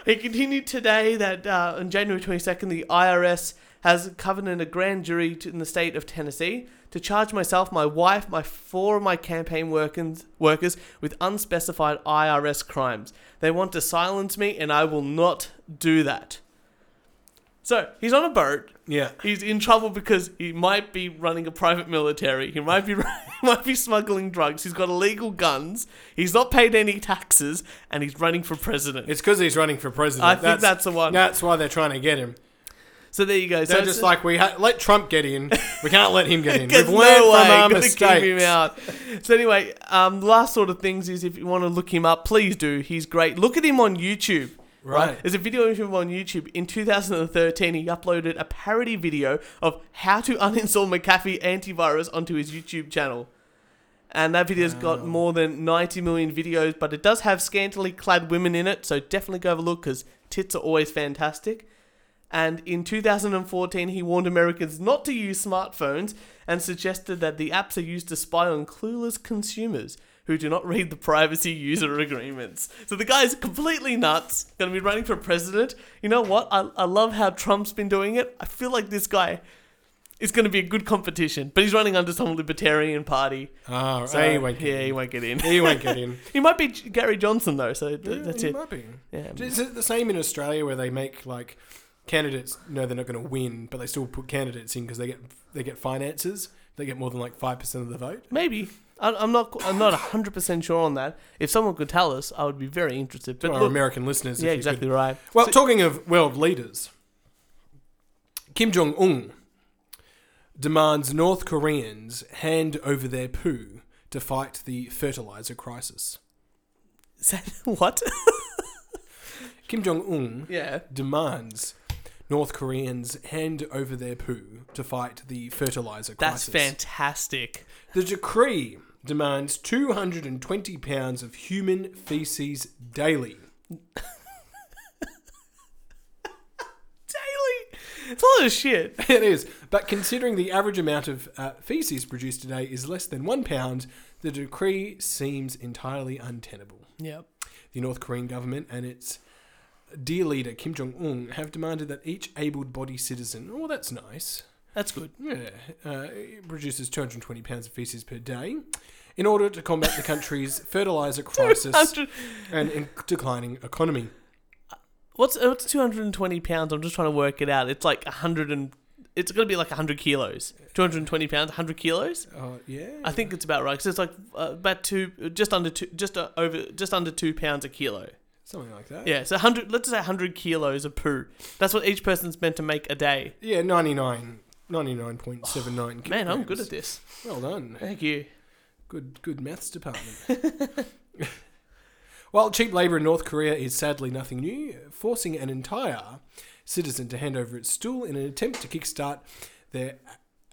A: He continued today that uh, on January 22nd, the IRS has covenanted a grand jury to, in the state of Tennessee to charge myself, my wife, my four of my campaign workers, workers with unspecified IRS crimes. They want to silence me, and I will not do that. So he's on a boat.
B: Yeah.
A: He's in trouble because he might be running a private military. He might be he might be smuggling drugs. He's got illegal guns. He's not paid any taxes, and he's running for president.
B: It's because he's running for president.
A: I think that's the one.
B: That's why they're trying to get him.
A: So there you go.
B: They're
A: so
B: just
A: it's-
B: like we ha- let Trump get in. We can't let him get in. We've
A: There's
B: learned
A: no
B: from
A: way.
B: our
A: Gotta keep him
B: mistakes.
A: out. So anyway, um, last sort of things is if you want to look him up, please do. He's great. Look at him on YouTube.
B: Right.
A: There's a video of him on YouTube. In 2013, he uploaded a parody video of how to uninstall McAfee antivirus onto his YouTube channel. And that video's got more than 90 million videos, but it does have scantily clad women in it, so definitely go have a look because tits are always fantastic. And in 2014, he warned Americans not to use smartphones and suggested that the apps are used to spy on clueless consumers who do not read the privacy user agreements. So the guy's completely nuts, going to be running for president. You know what? I, I love how Trump's been doing it. I feel like this guy is going to be a good competition, but he's running under some libertarian party.
B: Ah,
A: So,
B: he won't
A: Uh, yeah,
B: get
A: he won't get in.
B: in. He won't get in.
A: He might be J- Gary Johnson, though, so th- that's
B: he
A: it.
B: Might be.
A: Yeah.
B: Is it the same in Australia where they make like candidates know they're not going to win, but they still put candidates in because they get they get finances. They get more than like five percent of the vote.
A: Maybe. I- I'm not. I'm not 100 percent sure on that. If someone could tell us, I would be very interested.
B: To
A: But
B: our
A: look,
B: American listeners,
A: yeah,
B: if you could-
A: exactly right.
B: Well, talking of world leaders, Kim Jong Un demands North Koreans hand over their poo to fight the fertilizer crisis.
A: Is that- what?
B: Kim Jong Un
A: yeah.
B: demands North Koreans hand over their poo to fight the fertilizer
A: That's
B: crisis.
A: fantastic.
B: The decree demands 220 pounds of human feces daily.
A: Daily. It's a lot of shit.
B: It is. But considering the average amount of uh, feces produced today is less than one pound, the decree seems entirely untenable.
A: Yep.
B: The North Korean government and its dear leader Kim Jong Un have demanded that each able-bodied citizen. Oh, that's nice.
A: That's good.
B: Yeah, uh, it produces 220 pounds of feces per day. In order to combat the country's fertilizer crisis
A: 200
B: and in declining economy,
A: What's uh, what's 220 pounds? I'm just trying to work it out. It's like 100 and it's gonna be like 100 kilos. 220 pounds, 100 kilos.
B: uh, yeah,
A: I think it's about right because it's like uh, about two, just under two, just uh, over, just under two pounds a kilo.
B: something like that.
A: Yeah, so 100, let's say 100 kilos of poo. That's what each person's meant to make a day.
B: yeah, 99, 99.79.
A: Oh, Man, I'm good
B: kilograms.
A: at this.
B: Well done.
A: Thank you.
B: Good, good maths department. While cheap labour in North Korea is sadly nothing new, forcing an entire citizen to hand over its stool in an attempt to kickstart their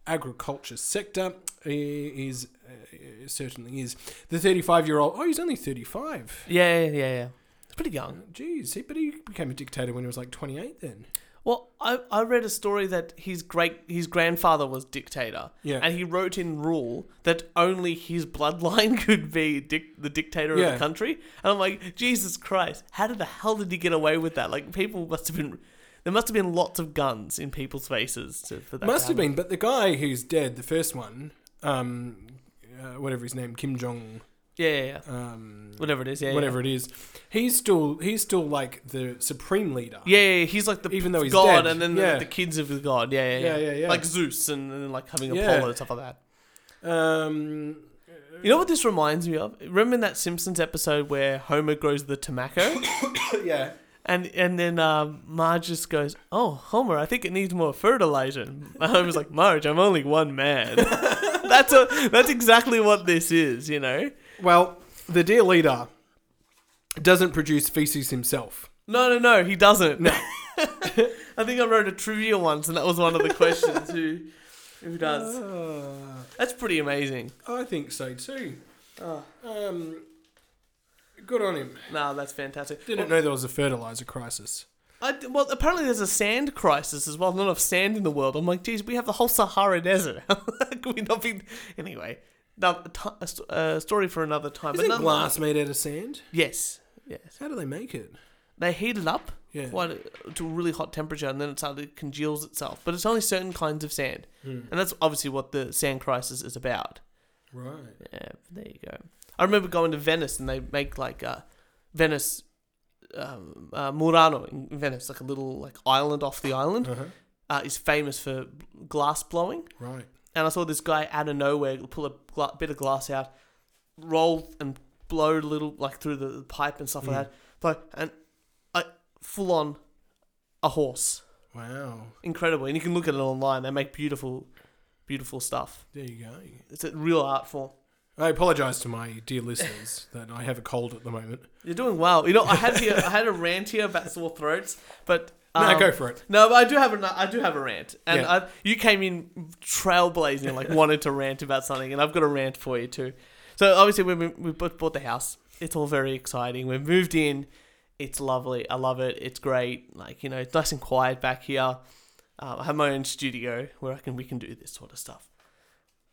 B: agriculture sector i- is uh, certainly is the 35 year old. Oh, he's only 35.
A: Yeah, yeah, yeah, yeah. It's pretty young.
B: Jeez, he, but he became a dictator when he was like 28. Then
A: Well, I, I read a story that his great his grandfather was dictator.
B: Yeah.
A: And he wrote in rule that only his bloodline could be dic- the dictator of
B: Yeah.
A: the country. And I'm like, Jesus Christ, how did the hell did he get away with that? Like, people must have been. There must have been lots of guns in people's faces to, for that. to
B: must have
A: happen.
B: been. But the guy who's dead, the first one, um, uh, whatever his name, Kim Jong.
A: Yeah, yeah, yeah.
B: Um,
A: Whatever it is, yeah. yeah.
B: whatever it is. He's still he's still like the supreme leader.
A: Yeah, yeah, yeah, he's like the
B: Even though he's
A: god,
B: dead,
A: and then
B: yeah.
A: the, the kids of the god. Yeah yeah yeah.
B: Yeah, yeah, yeah.
A: Like Zeus, and, and like having
B: Yeah.
A: Apollo and stuff like that.
B: Um,
A: You know what this reminds me of? Remember in that Simpsons episode where Homer grows the tobacco,
B: yeah.
A: and and then um, Marge just goes, "Oh, Homer, I think it needs more fertilizer." And Homer's like, "Marge, I'm only one man." that's a, that's exactly what this is, you know.
B: Well, the dear leader doesn't produce feces himself.
A: No, no, no, he doesn't. No. I think I wrote a trivia once, and that was one of the questions. Who, who does?
B: Uh,
A: That's pretty amazing.
B: Ah, I think so too.
A: Ah.
B: Um, good on him.
A: No, that's fantastic.
B: Didn't know there was a fertilizer crisis.
A: I, well, apparently there's a sand crisis as well. Not enough sand in the world. I'm like, geez, we have the whole Sahara Desert. How Could we not be? Anyway, now a ti- a st- a story for another time.
B: Is it
A: none-
B: glass made out of sand?
A: Yes, yes.
B: How do they make it?
A: They heat it up
B: Yeah.
A: quite to a really hot temperature, and then it started congeals itself. But it's only certain kinds of sand,
B: Hmm.
A: and that's obviously what the sand crisis is about.
B: Right.
A: Yeah, there you go. I remember going to Venice and they make like uh, Venice um, uh, Murano in Venice, like a little like island off the island,
B: Uh-huh.
A: uh, is famous for glass blowing.
B: Right.
A: And I saw this guy out of nowhere pull a gla- bit of glass out, roll and blow a little like through the pipe and stuff like that. But and I full on a horse.
B: Wow.
A: Incredible, and you can look at it online. They make beautiful, beautiful stuff.
B: There you go.
A: It's a real art form.
B: I apologize to my dear listeners that I have a cold at the moment.
A: You're doing well. You know, I had here, I had a rant here about sore throats, but
B: No,
A: um,
B: go for it.
A: No, but I do have a, I do have a rant, and
B: Yeah.
A: I, you came in trailblazing, like wanted to rant about something, and I've got a rant for you too. So obviously, we we we both bought the house. It's all very exciting. We've moved in. It's lovely. I love it. It's great. Like you know, it's nice and quiet back here. Uh, I have my own studio where I can we can do this sort of stuff.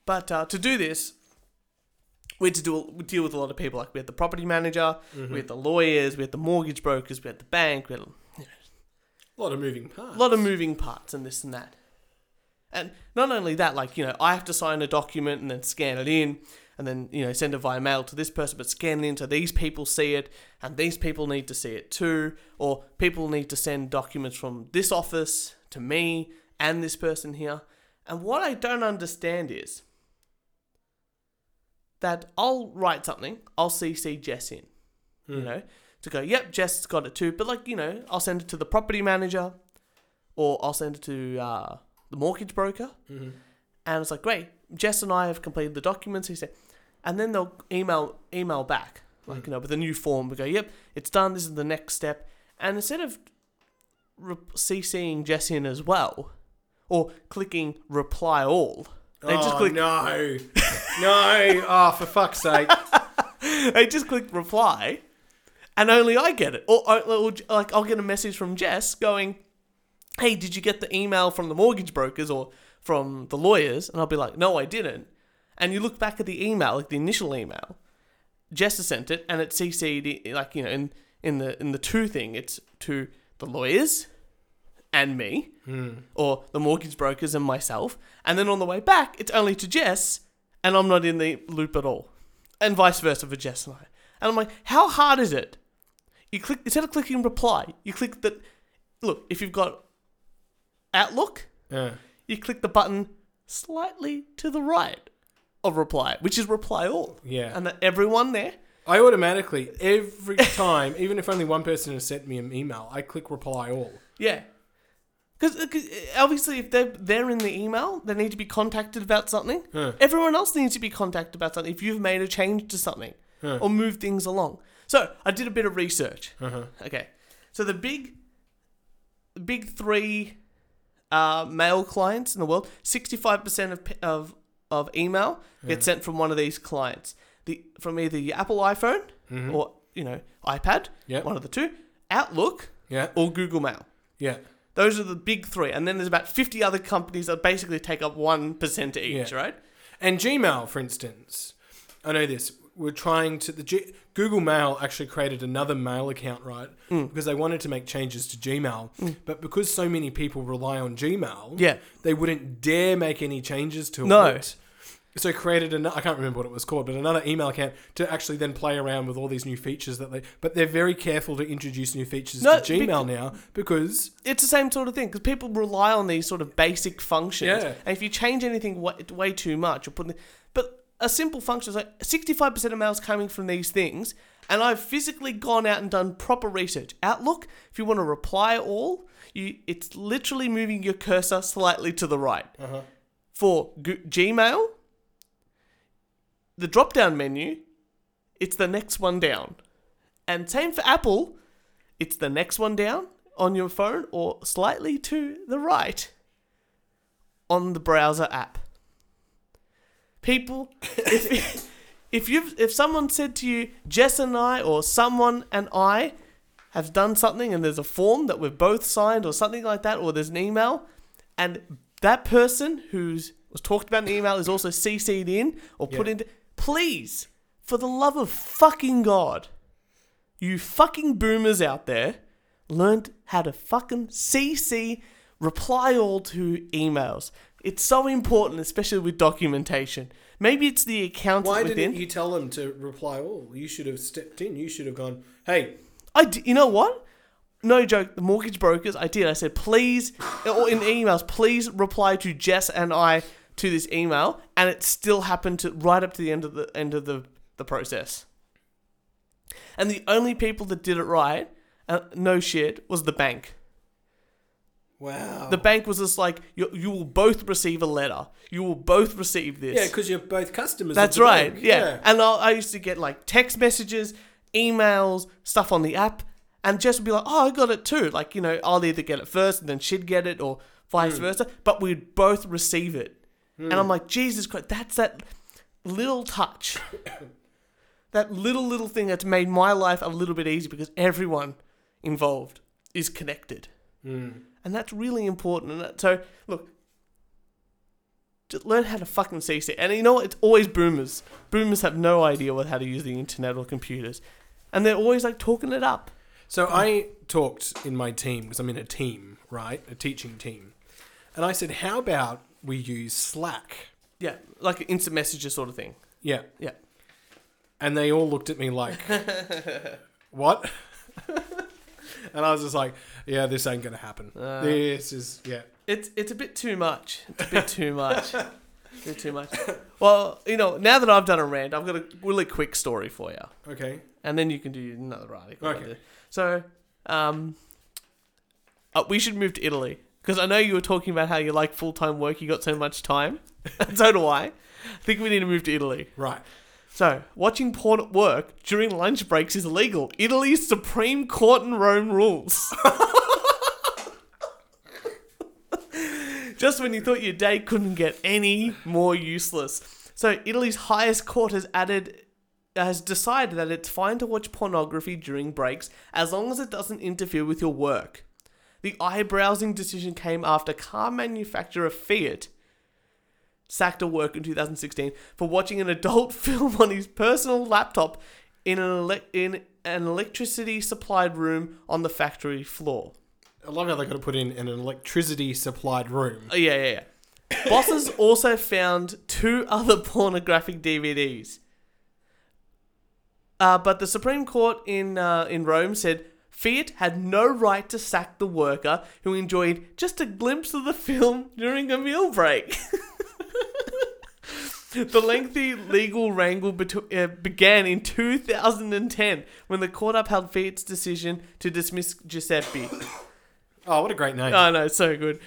A: But uh, to do this, we had to do, we deal with a lot of people. Like we had the property manager, we had the lawyers, we had the mortgage brokers, we had the bank, we had
B: A lot of moving parts.
A: a lot of moving parts and this and that. And not only that, like, you know, I have to sign a document and then scan it in and then, you know, send it via mail to this person, but scan it in so these people see it and these people need to see it too. Or people need to send documents from this office to me and this person here. And what I don't understand is that I'll write something, I'll CC Jess in,
B: Hmm.
A: you know, to go, yep, Jess's got it too. But, like, you know, I'll send it to the property manager or I'll send it to uh, the mortgage broker. And it's like, great, Jess and I have completed the documents. He said, and then they'll email email back, like you know, with a new form. We go, yep, it's done. This is the next step. And instead of re- CCing Jess in as well, or clicking reply all, they just
B: Oh,
A: click
B: no. no. Oh, for fuck's sake.
A: they just click reply, and only I get it. Or, or, or like I'll get a message from Jess going, "Hey, did you get the email from the mortgage brokers or from the lawyers?" And I'll be like, "No, I didn't." And you look back at the email, like the initial email, Jess has sent it, and it CC'd i- like you know in in the in the two thing, it's to the lawyers and me, or the mortgage brokers and myself, and then on the way back, it's only to Jess, and I'm not in the loop at all, and vice versa for Jess and I. And I'm like, how hard is it? You click instead of clicking reply, you click that. Look, if you've got Outlook,
B: Yeah.
A: you click the button slightly to the right of reply, which is reply all.
B: Yeah.
A: And that everyone there
B: I automatically, every time, even if only one person has sent me an email, I click reply all.
A: Yeah. Because uh, obviously, if they're, they're in the email, they need to be contacted about something.
B: Yeah.
A: Everyone else needs to be contacted about something if you've made a change to something
B: Yeah.
A: or moved things along. So I did a bit of research.
B: Uh-huh.
A: Okay. So the big, the big three uh, mail clients in the world, 65% of, p- of, of email gets sent from one of these clients. The, from either your Apple iPhone or, you know, iPad,
B: Yeah.
A: one of the two, Outlook
B: Yeah.
A: or Google Mail.
B: Yeah.
A: Those are the big three. And then there's about 50 other companies that basically take up 1% each,
B: Yeah.
A: right?
B: And Gmail, for instance, I know this. We're trying to the G- Google Mail actually created another mail account, right? Because they wanted to make changes to Gmail, but because so many people rely on Gmail,
A: Yeah.
B: they wouldn't dare make any changes to
A: No.
B: it. So created another. I can't remember what it was called, but another email account to actually then play around with all these new features that they. But they're very careful to introduce new features
A: No,
B: to Gmail
A: becau-
B: now because
A: It's the same sort of thing because people rely on these sort of basic functions.
B: Yeah.
A: And if you change anything way, way too much, you're putting. But a simple function is like 65% of mail's coming from these things. And I've physically gone out and done proper research. Outlook, if you want to reply all, you it's literally moving your cursor slightly to the right. For G- Gmail, the drop down menu, it's the next one down. And same for Apple, it's the next one down on your phone or slightly to the right on the browser app. People, if, if you've if someone said to you, Jess and I, or someone and I have done something and there's a form that we've both signed or something like that, or there's an email, and that person who's was talked about in the email is also CC'd in or put
B: Yeah.
A: into please, for the love of fucking God, you fucking boomers out there learned how to fucking CC reply all to emails. It's so important, especially with documentation. Maybe it's the accountant
B: why
A: within.
B: didn't you tell them to reply all? You should have stepped in. You should have gone, hey,
A: I d- you know what? No joke. The mortgage brokers. I did. I said, please, or in emails, please reply to Jess and I to this email, and it still happened to right up to the end of the end of the the process. And the only people that did it right, uh, no shit, was the bank.
C: Wow.
B: Oh.
A: The bank was just like, you, you will both receive a letter. You will both receive this.
C: yeah, because you're both customers. of
A: That's
C: the
A: right.
C: bank.
A: Yeah. And I, I used to get like text messages, emails, stuff on the app, and Jess would be like, oh, I got it too. Like, you know, I'll either get it first and then she'd get it or vice versa. But we'd both receive it. And I'm like, Jesus Christ, that's that little touch. that little, little thing that's made my life a little bit easier because everyone involved is connected. And that's really important. And that, so, look, just learn how to fucking CC. And you know what? It's always boomers. Boomers have no idea what how to use the internet or computers, and they're always like talking it up.
B: So I talked in my team because I'm in a team, right? A teaching team. And I said, how about we use Slack?
A: Yeah, like an instant messenger sort of thing.
B: Yeah.
A: Yeah.
B: And they all looked at me like, what? and I was just like, yeah, this ain't going to happen.
A: Uh.
B: this is, yeah.
A: It's it's a bit too much. It's a bit too much. a bit too much. Well, you know, now that I've done a rant, I've got a really quick story for you.
B: Okay.
A: and then you can do another article.
B: Okay.
A: So, um, uh, we should move to Italy because I know you were talking about how you like full time work. You got so much time, and so do I. I think we need to move to Italy.
B: Right.
A: So, watching porn at work during lunch breaks is illegal. Italy's Supreme Court in Rome rules. Just when you thought your day couldn't get any more useless. So, Italy's highest court has added has decided that it's fine to watch pornography during breaks as long as it doesn't interfere with your work. The eye-browsing decision came after car manufacturer Fiat sacked a worker in 2016 for watching an adult film on his personal laptop in an, ele- in an electricity supplied room on the factory floor.
B: I love how they got to put in an electricity supplied room.
A: Oh, yeah, yeah, yeah. Bosses also found two other pornographic DVDs. Uh, but the Supreme Court in uh, in Rome said Fiat had no right to sack the worker who enjoyed just a glimpse of the film during a meal break. the lengthy legal wrangle betw uh, began in 2010 when the court upheld Fiat's decision to dismiss Giuseppe.
B: Oh, what a great name.
A: Oh no, it's so good.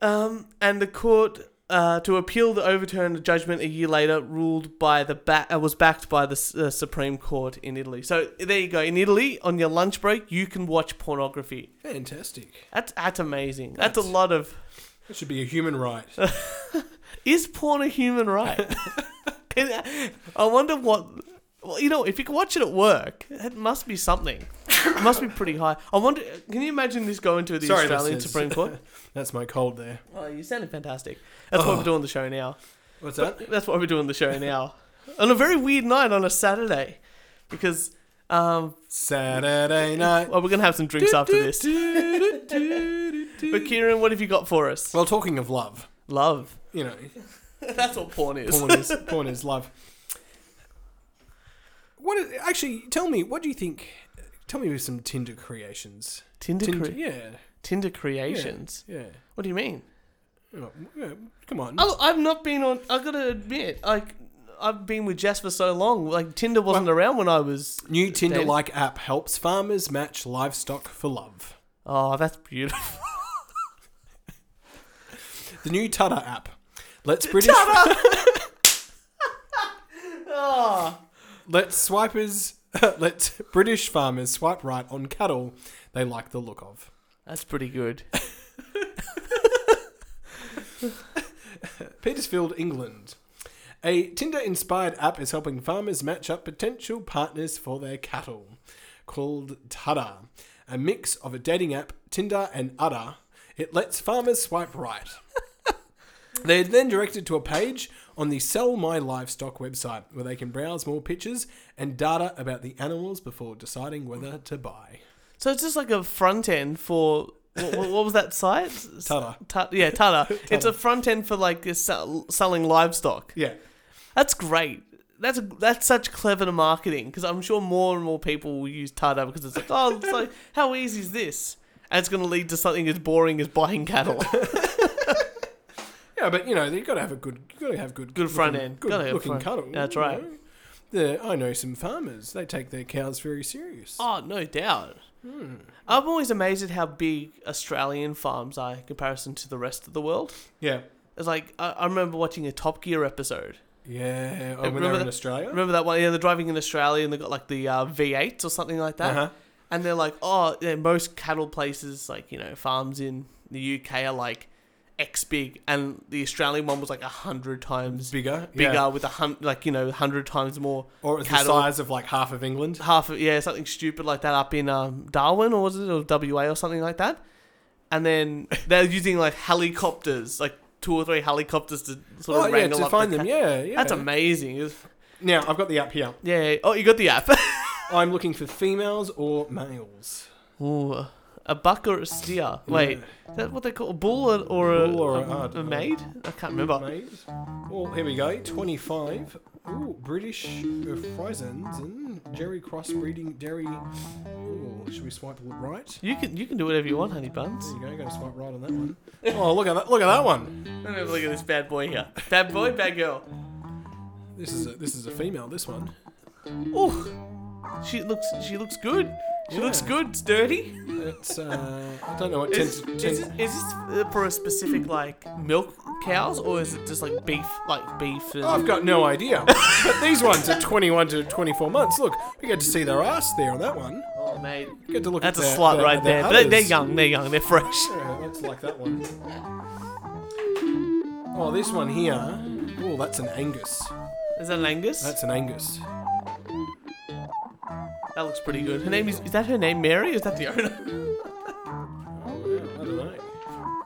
A: Um, and the court uh, to appeal the overturned judgment a year later ruled by the ba- uh, was backed by the S- uh, Supreme Court in Italy. So there you go. In Italy, on your lunch break, you can watch pornography.
B: Fantastic.
A: That's that's amazing. That's, a lot of.
B: It should be a human right.
A: Is porn a human right? Can- I wonder what. Well, you know, if you can watch it at work, it must be something. It must be pretty high. I wonder. Can you imagine this going to the
B: Sorry,
A: Australian
B: listeners.
A: Supreme Court?
B: That's my cold there.
A: Oh, you sounded fantastic. That's why we're doing the show now.
B: What's
A: That's why we're doing the show now. on a very weird night on a Saturday. Because um,
B: Saturday night.
A: well, we're going to have some drinks after this. But Kieran, what have you got for us?
B: Well, talking of love,
A: Love.
B: you know,
A: That's what porn is.
B: porn is porn is love. What is, actually? Tell me, what do you think? Tell me with some Tinder creations.
A: Tinder,
B: Tinder,
A: cre-
B: yeah,
A: Tinder creations.
B: yeah.
A: What do you mean?
B: Oh, yeah, Come on.
A: Oh, I've not been on. i got to admit, like, I've been with Jess for so long. Like, Tinder wasn't around when I was.
B: New Tinder-like
A: Tinder-like
B: app helps farmers match livestock for love.
A: Oh, that's beautiful.
B: The new Tata app lets British
A: Oh,
B: lets swipers lets British farmers swipe right on cattle they like the look of.
A: that's pretty good.
B: Petersfield, England. A Tinder inspired app is helping farmers match up potential partners for their cattle. Called Tada, a mix of a dating app, Tinder, and Udder, it lets farmers swipe right. They're then directed to a page on the Sell My Livestock website where they can browse more pictures and data about the animals before deciding whether to buy.
A: So it's just like a front end for what, what was that site?
B: Tada.
A: Ta- yeah, Tata. It's a front end for like this sell- selling livestock.
B: Yeah.
A: That's great. That's that's such clever marketing because I'm sure more and more people will use Tata because it's like, oh, it's like, how easy is this? And it's going to lead to something as boring as buying cattle.
B: Yeah, but you know, you've got to have a good, you've got to have good,
A: Good front
B: looking-
A: end.
B: good
A: Gotta have
B: looking
A: front-
B: cattle.
A: That's right.
B: The, I know some farmers. They take their cows very serious.
A: Oh, no doubt. I'm always amazed at how big Australian farms are in comparison to the rest of the world.
B: Yeah.
A: It's like I, I remember watching a Top Gear episode.
B: Yeah. Oh, when
A: remember
B: they're in
A: that-
B: Australia?
A: Remember that one? Yeah, they're driving in Australia and they got like the uh, V8s or something like that.
B: Uh-huh.
A: And they're like, oh, yeah, most cattle places, like you know, farms in the UK are like X big, and the Australian one was like a hundred times
B: Bigger. yeah.
A: bigger with a hun- like you know, hundred times more
B: Or it's
A: cattle.
B: the size of like half of England.
A: half of yeah something stupid like that up in um, Darwin or was it or WA or something like that, and then they're using like helicopters, like two or three helicopters to sort
B: Oh,
A: of
B: yeah,
A: wrangle
B: to
A: up
B: find
A: the
B: them.
A: ca-
B: Yeah, yeah.
A: That's amazing. It was-
B: Now, I've got the app here.
A: yeah. Oh, you got the app.
B: I'm looking for females or males.
A: Ooh, a buck or a steer? Wait, is that what they call a bull or, or, a,
B: Bull or
A: a,
B: a- I don't
A: a
B: know.
A: maid? I can't remember.
B: Males. Oh, here we go. 25. Ooh, British uh, Friesens and Jerry crossbreeding dairy. Ooh, should we swipe right?
A: You can you can do whatever you want, honey buns.
B: There you go. Going to swipe right on that one. Oh, look at that! Look at that one.
A: Let me have a look at this bad boy here. Bad boy, bad girl.
B: This is a this is a female. This one.
A: Ooh, she looks she looks good. She looks
B: Yeah.
A: good. It's dirty.
B: It's uh, I don't know what
A: Is,
B: tends.
A: is,
B: tends-
A: it- is this uh, for a specific like milk cows or is it just like beef like beef? And,
B: I've got no idea. but these ones are 21 to 24 months. Look, we get to see their ass there on that one.
A: oh mate,
B: We get to look.
A: that's a
B: at their-
A: slut
B: their-
A: right
B: their
A: there. They, they're
B: udders.
A: young. They're young. They're fresh.
B: Yeah, that's like that one. Oh, this one here. Oh, that's an Angus.
A: Is that an Angus?
B: That's an Angus.
A: that looks pretty good. Her name is is that her name Mary? Is that the owner?
B: Oh, yeah, I don't know.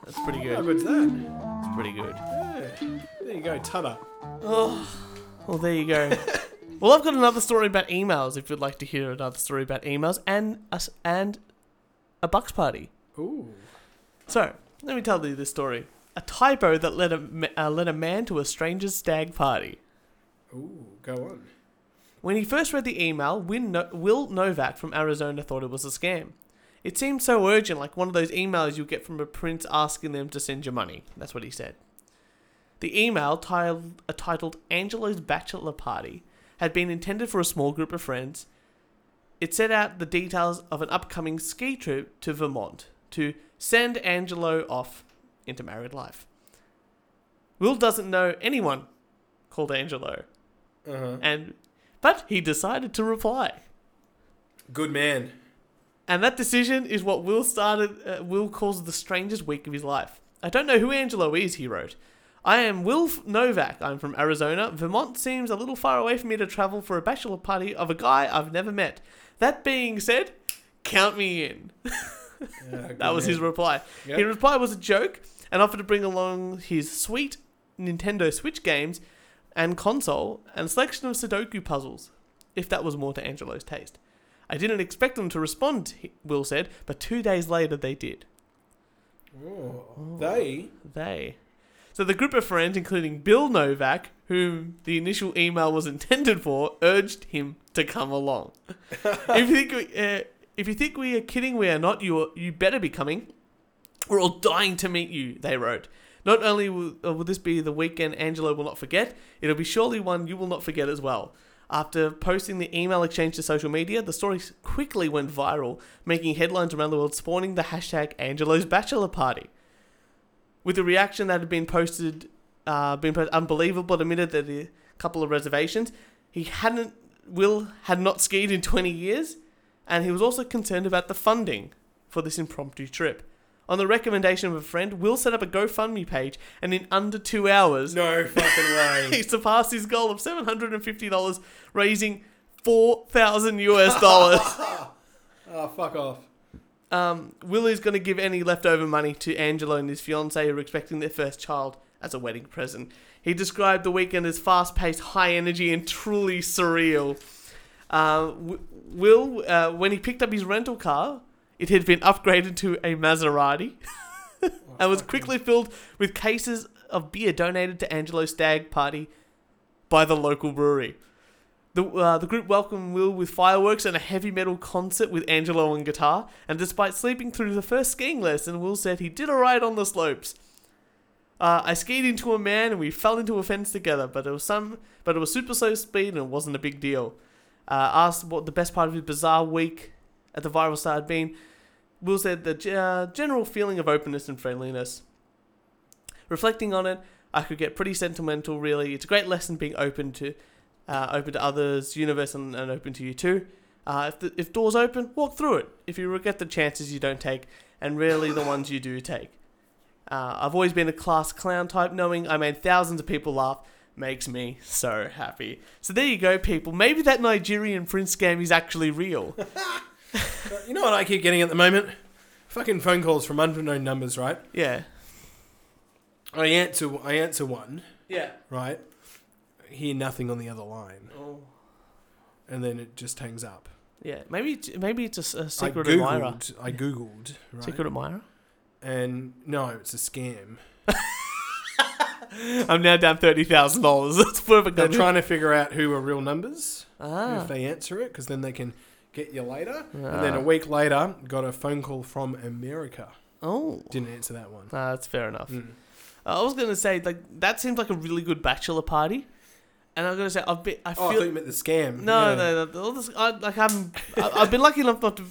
A: That's pretty
B: How
A: good.
B: good's that?
A: That's pretty good.
B: Yeah. There you go, Tutter.
A: Well, there you go. well, I've got another story about emails. If you'd like to hear another story about emails and us and a bucks party.
B: Ooh.
A: So let me tell you this story. A typo that led a ma- uh, led a man to a stranger's stag party.
B: Ooh, go on.
A: When he first read the email, Win no- Will Novak from Arizona thought it was a scam. It seemed so urgent, like one of those emails you get from a prince asking them to send you money. That's what he said. The email, tiled, uh, titled Angelo's Bachelor Party, had been intended for a small group of friends. It set out the details of an upcoming ski trip to Vermont to send Angelo off into married life. Will doesn't know anyone called Angelo,
B: Uh-huh.
A: and but he decided to reply.
B: Good man.
A: And that decision is what Will started. Uh, Will calls the strangest week of his life. I don't know who Angelo is, he wrote. I am Will F- Novak. I'm from Arizona. Vermont seems a little far away for me to travel for a bachelor party of a guy I've never met. That being said, count me in. That was his reply.
B: Yep.
A: His reply was a joke and offered to bring along his sweet Nintendo Switch games and console and a selection of Sudoku puzzles, if that was more to Angelo's taste. I didn't expect them to respond, he- Will said, but two days later they did.
B: Oh, they.
A: They. So the group of friends, including Bill Novak, whom the initial email was intended for, urged him to come along. if you think we, uh, if you think we are kidding, we are not. You are, you better be coming. We're all dying to meet you. They wrote. Not only will, uh, will this be the weekend Angelo will not forget, it'll be surely one you will not forget as well. After posting the email exchange to social media, the story quickly went viral, making headlines around the world, spawning the hashtag Angelo's Bachelor Party with the reaction that had been posted, uh, been posted, unbelievable. Admitted that a couple of reservations. He hadn't, Will had not skied in 20 years, and he was also concerned about the funding for this impromptu trip. On the recommendation of a friend, Will set up a GoFundMe page, and in under two hours,
B: No fucking way.
A: he surpassed his goal of $750, raising 4,000 US dollars.
B: oh, fuck off.
A: Um, Willie's going to give any leftover money to Angelo and his fiancee who are expecting their first child as a wedding present. He described the weekend as fast paced, high energy, and truly surreal. Uh, w- Will, uh, when he picked up his rental car, it had been upgraded to a Maserati
B: Oh,
A: and was quickly filled with cases of beer donated to Angelo's stag party by the local brewery. The, uh, the group welcomed Will with fireworks and a heavy metal concert with Angelo on guitar. And despite sleeping through the first skiing lesson, Will said he did alright on the slopes. Uh, I skied into a man and we fell into a fence together, but it was some, but it was super slow speed and it wasn't a big deal. Uh, asked what the best part of his bizarre week at the viral star had been. Will said the ge- uh, general feeling of openness and friendliness. Reflecting on it, I could get pretty sentimental. Really, it's a great lesson being open to, uh, open to others, universe, and, and open to you too. Uh, if the, if doors open, walk through it. If you regret the chances you don't take, and rarely the ones you do take. Uh, I've always been a class clown type. Knowing I made thousands of people laugh makes me so happy. So there you go, people. Maybe that Nigerian prince scam is actually real.
B: You know what I keep getting at the moment? Fucking phone calls from unknown numbers, right?
A: yeah.
B: I answer, I answer one,
A: Yeah.
B: right? Hear nothing on the other line,
A: Oh.
B: and then it just hangs up.
A: Yeah. Maybe it's- maybe it's a s- a, secret
B: I
A: admirer.
B: googled, I googled, right?
A: Secret admirer.
B: and no, it's a scam.
A: I'm now down thirty thousand dollars. That's perfect.
B: They're
A: number.
B: trying to figure out who are real numbers
A: Ah.
B: if they answer it, because then they can get you later.
A: Ah.
B: And then a week later, got a phone call from America.
A: oh.
B: Didn't answer that one.
A: Ah, that's fair enough.
B: Mm.
A: I was gonna say like that seems like a really good bachelor party, and I'm gonna say I've been I feel
B: Oh, I thought you meant the scam.
A: no,
B: Yeah.
A: no no all this I like I'm I- I've been lucky enough not to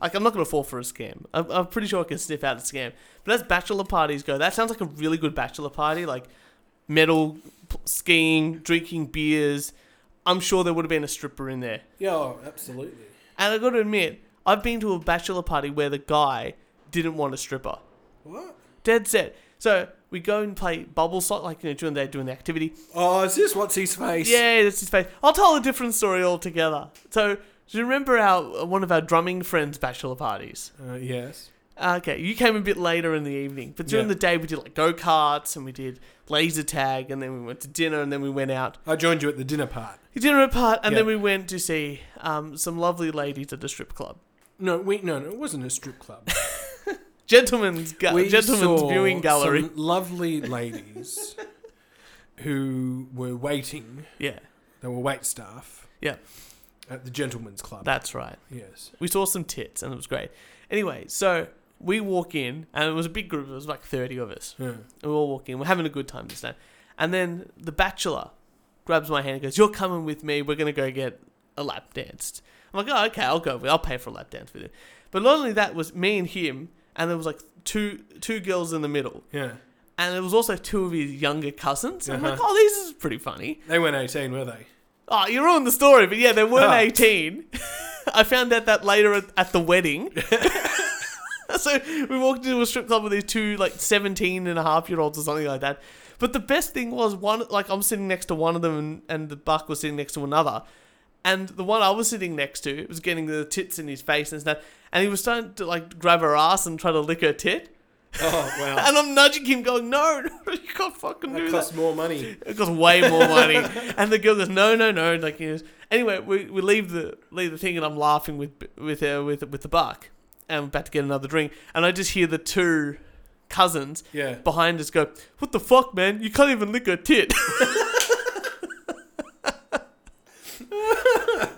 A: like I'm not gonna fall for a scam. I'm, I'm pretty sure I can sniff out a scam. But as bachelor parties go, that sounds like a really good bachelor party. Like metal p- skiing, drinking beers. I'm sure there would have been a stripper in there.
B: Yeah, oh, absolutely.
A: And I got to admit, I've been to a bachelor party where the guy didn't want a stripper.
B: What?
A: Dead set. So we go and play bubble slot, like you know, during the day doing the activity.
B: Oh, is this what's his face?
A: Yeah, that's his face. I'll tell a different story altogether. So, do you remember our one of our drumming friends' bachelor parties?
B: Uh, yes.
A: Okay, you came a bit later in the evening, but during
B: Yeah.
A: the day we did like go karts and we did laser tag, and then we went to dinner, and then we went out.
B: I joined you at the dinner part.
A: Dinner apart, and then we
B: Yeah.
A: went to see um, some lovely ladies at the strip club.
B: No, we no, no, it wasn't a strip club.
A: Gentlemen's, ga-
B: we
A: gentlemen's
B: saw
A: viewing gallery.
B: Some lovely ladies who were waiting.
A: Yeah,
B: They were wait staff.
A: Yeah.
B: At the gentleman's club.
A: that's right.
B: yes.
A: We saw some tits, and it was great. Anyway, so we walk in, and it was a big group. It was like thirty of us.
B: Yeah.
A: And we're all walking. We're having a good time this night. And then the bachelor grabs my hand and goes, "You're coming with me. We're gonna go get a lap danced." I'm like, "Oh, okay. I'll go. With, I'll pay for a lap dance with you." But not only that was me and him, and there was like two two girls in the middle,
B: Yeah.
A: and there was also two of his younger cousins. I'm like,
B: Uh-huh.
A: "Oh, this is pretty funny."
B: They weren't eighteen, were they?
A: Oh, you ruined the story, but yeah, they weren't
B: Ah.
A: 18. I found out that later at, at the wedding. so we walked into a strip club with these two, like 17 and a half year olds or something like that. But the best thing was, one, like, I'm sitting next to one of them and, and the buck was sitting next to another. And the one I was sitting next to was getting the tits in his face and stuff. And he was starting to, like, grab her ass and try to lick her tit.
B: Oh wow.
A: And I'm nudging him, going, no, no you can't fucking do
B: that
A: that.
B: costs more money.
A: It costs way more money. and the girl goes, no, no, no. Like, you know, anyway, we, we leave the leave the thing, and I'm laughing with with uh, with with the buck, and I'm about to get another drink, and I just hear the two cousins
B: Yeah.
A: behind us go, "What the fuck, man? You can't even lick a tit."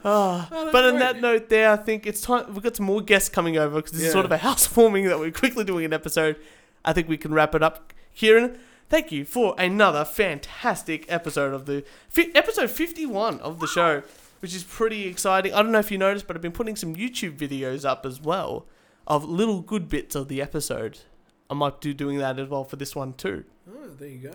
A: Ah, but on that note, there, I think it's time. We've got some more guests coming over because this is
B: Yeah.
A: sort of a housewarming that we're quickly doing an episode. I think we can wrap it up, Kieran. Thank you for another fantastic episode of the fi- episode fifty-one of the show, which is pretty exciting. I don't know if you noticed, but I've been putting some YouTube videos up as well of little good bits of the episode. I might do doing that as well for this one too.
B: Oh, there you go.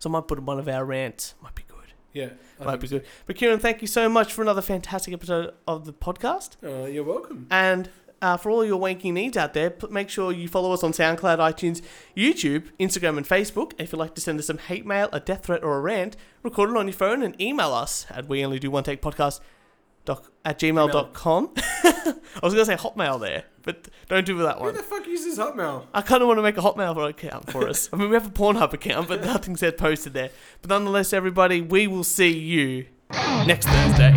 A: So I might put one of our rants. Might be good.
B: Yeah. I
A: Might be
B: think
A: good. But Kieran, thank you so much for another fantastic episode of the podcast.
B: so. Uh, you're welcome.
A: And uh, for all your wanking needs out there, p- make sure you follow us on SoundCloud, iTunes, YouTube, Instagram, and Facebook. If you'd like to send us some hate mail, a death threat, or a rant, record it on your phone and email us at we only do one take podcast doc at gmail.com. I was going to say hotmail there, but don't do that
B: Who
A: one.
B: the fuck uses Hotmail?
A: I kind of want to make a Hotmail account for us. I mean, we have a Pornhub account, but nothing's said posted there. But nonetheless, everybody, we will see you next Thursday.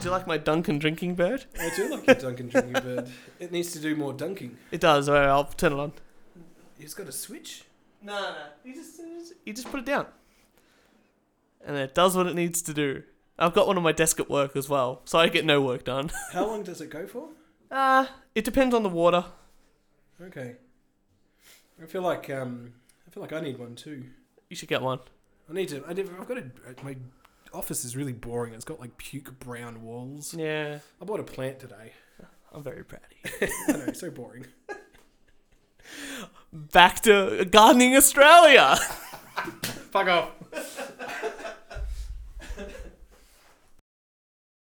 A: Do you like my my Duncan drinking bird?
B: I do like your Duncan drinking bird. It needs to do more dunking.
A: It does. All right, I'll turn it on.
B: He's got a switch.
A: No, no. You just, you just- you just put it down. And it does what it needs to do. I've got one on my desk at work as well, so I get no work done.
B: How long does it go for?
A: Uh, it depends on the water.
B: Okay. I feel like um, I feel like I need one too.
A: You should get one.
B: I need to. I never, I've got a, my office is really boring. It's got like puke brown walls.
A: Yeah.
B: I bought a plant today.
A: I'm very proud of you.
B: I know, so boring.
A: back to gardening Australia.
B: Fuck off.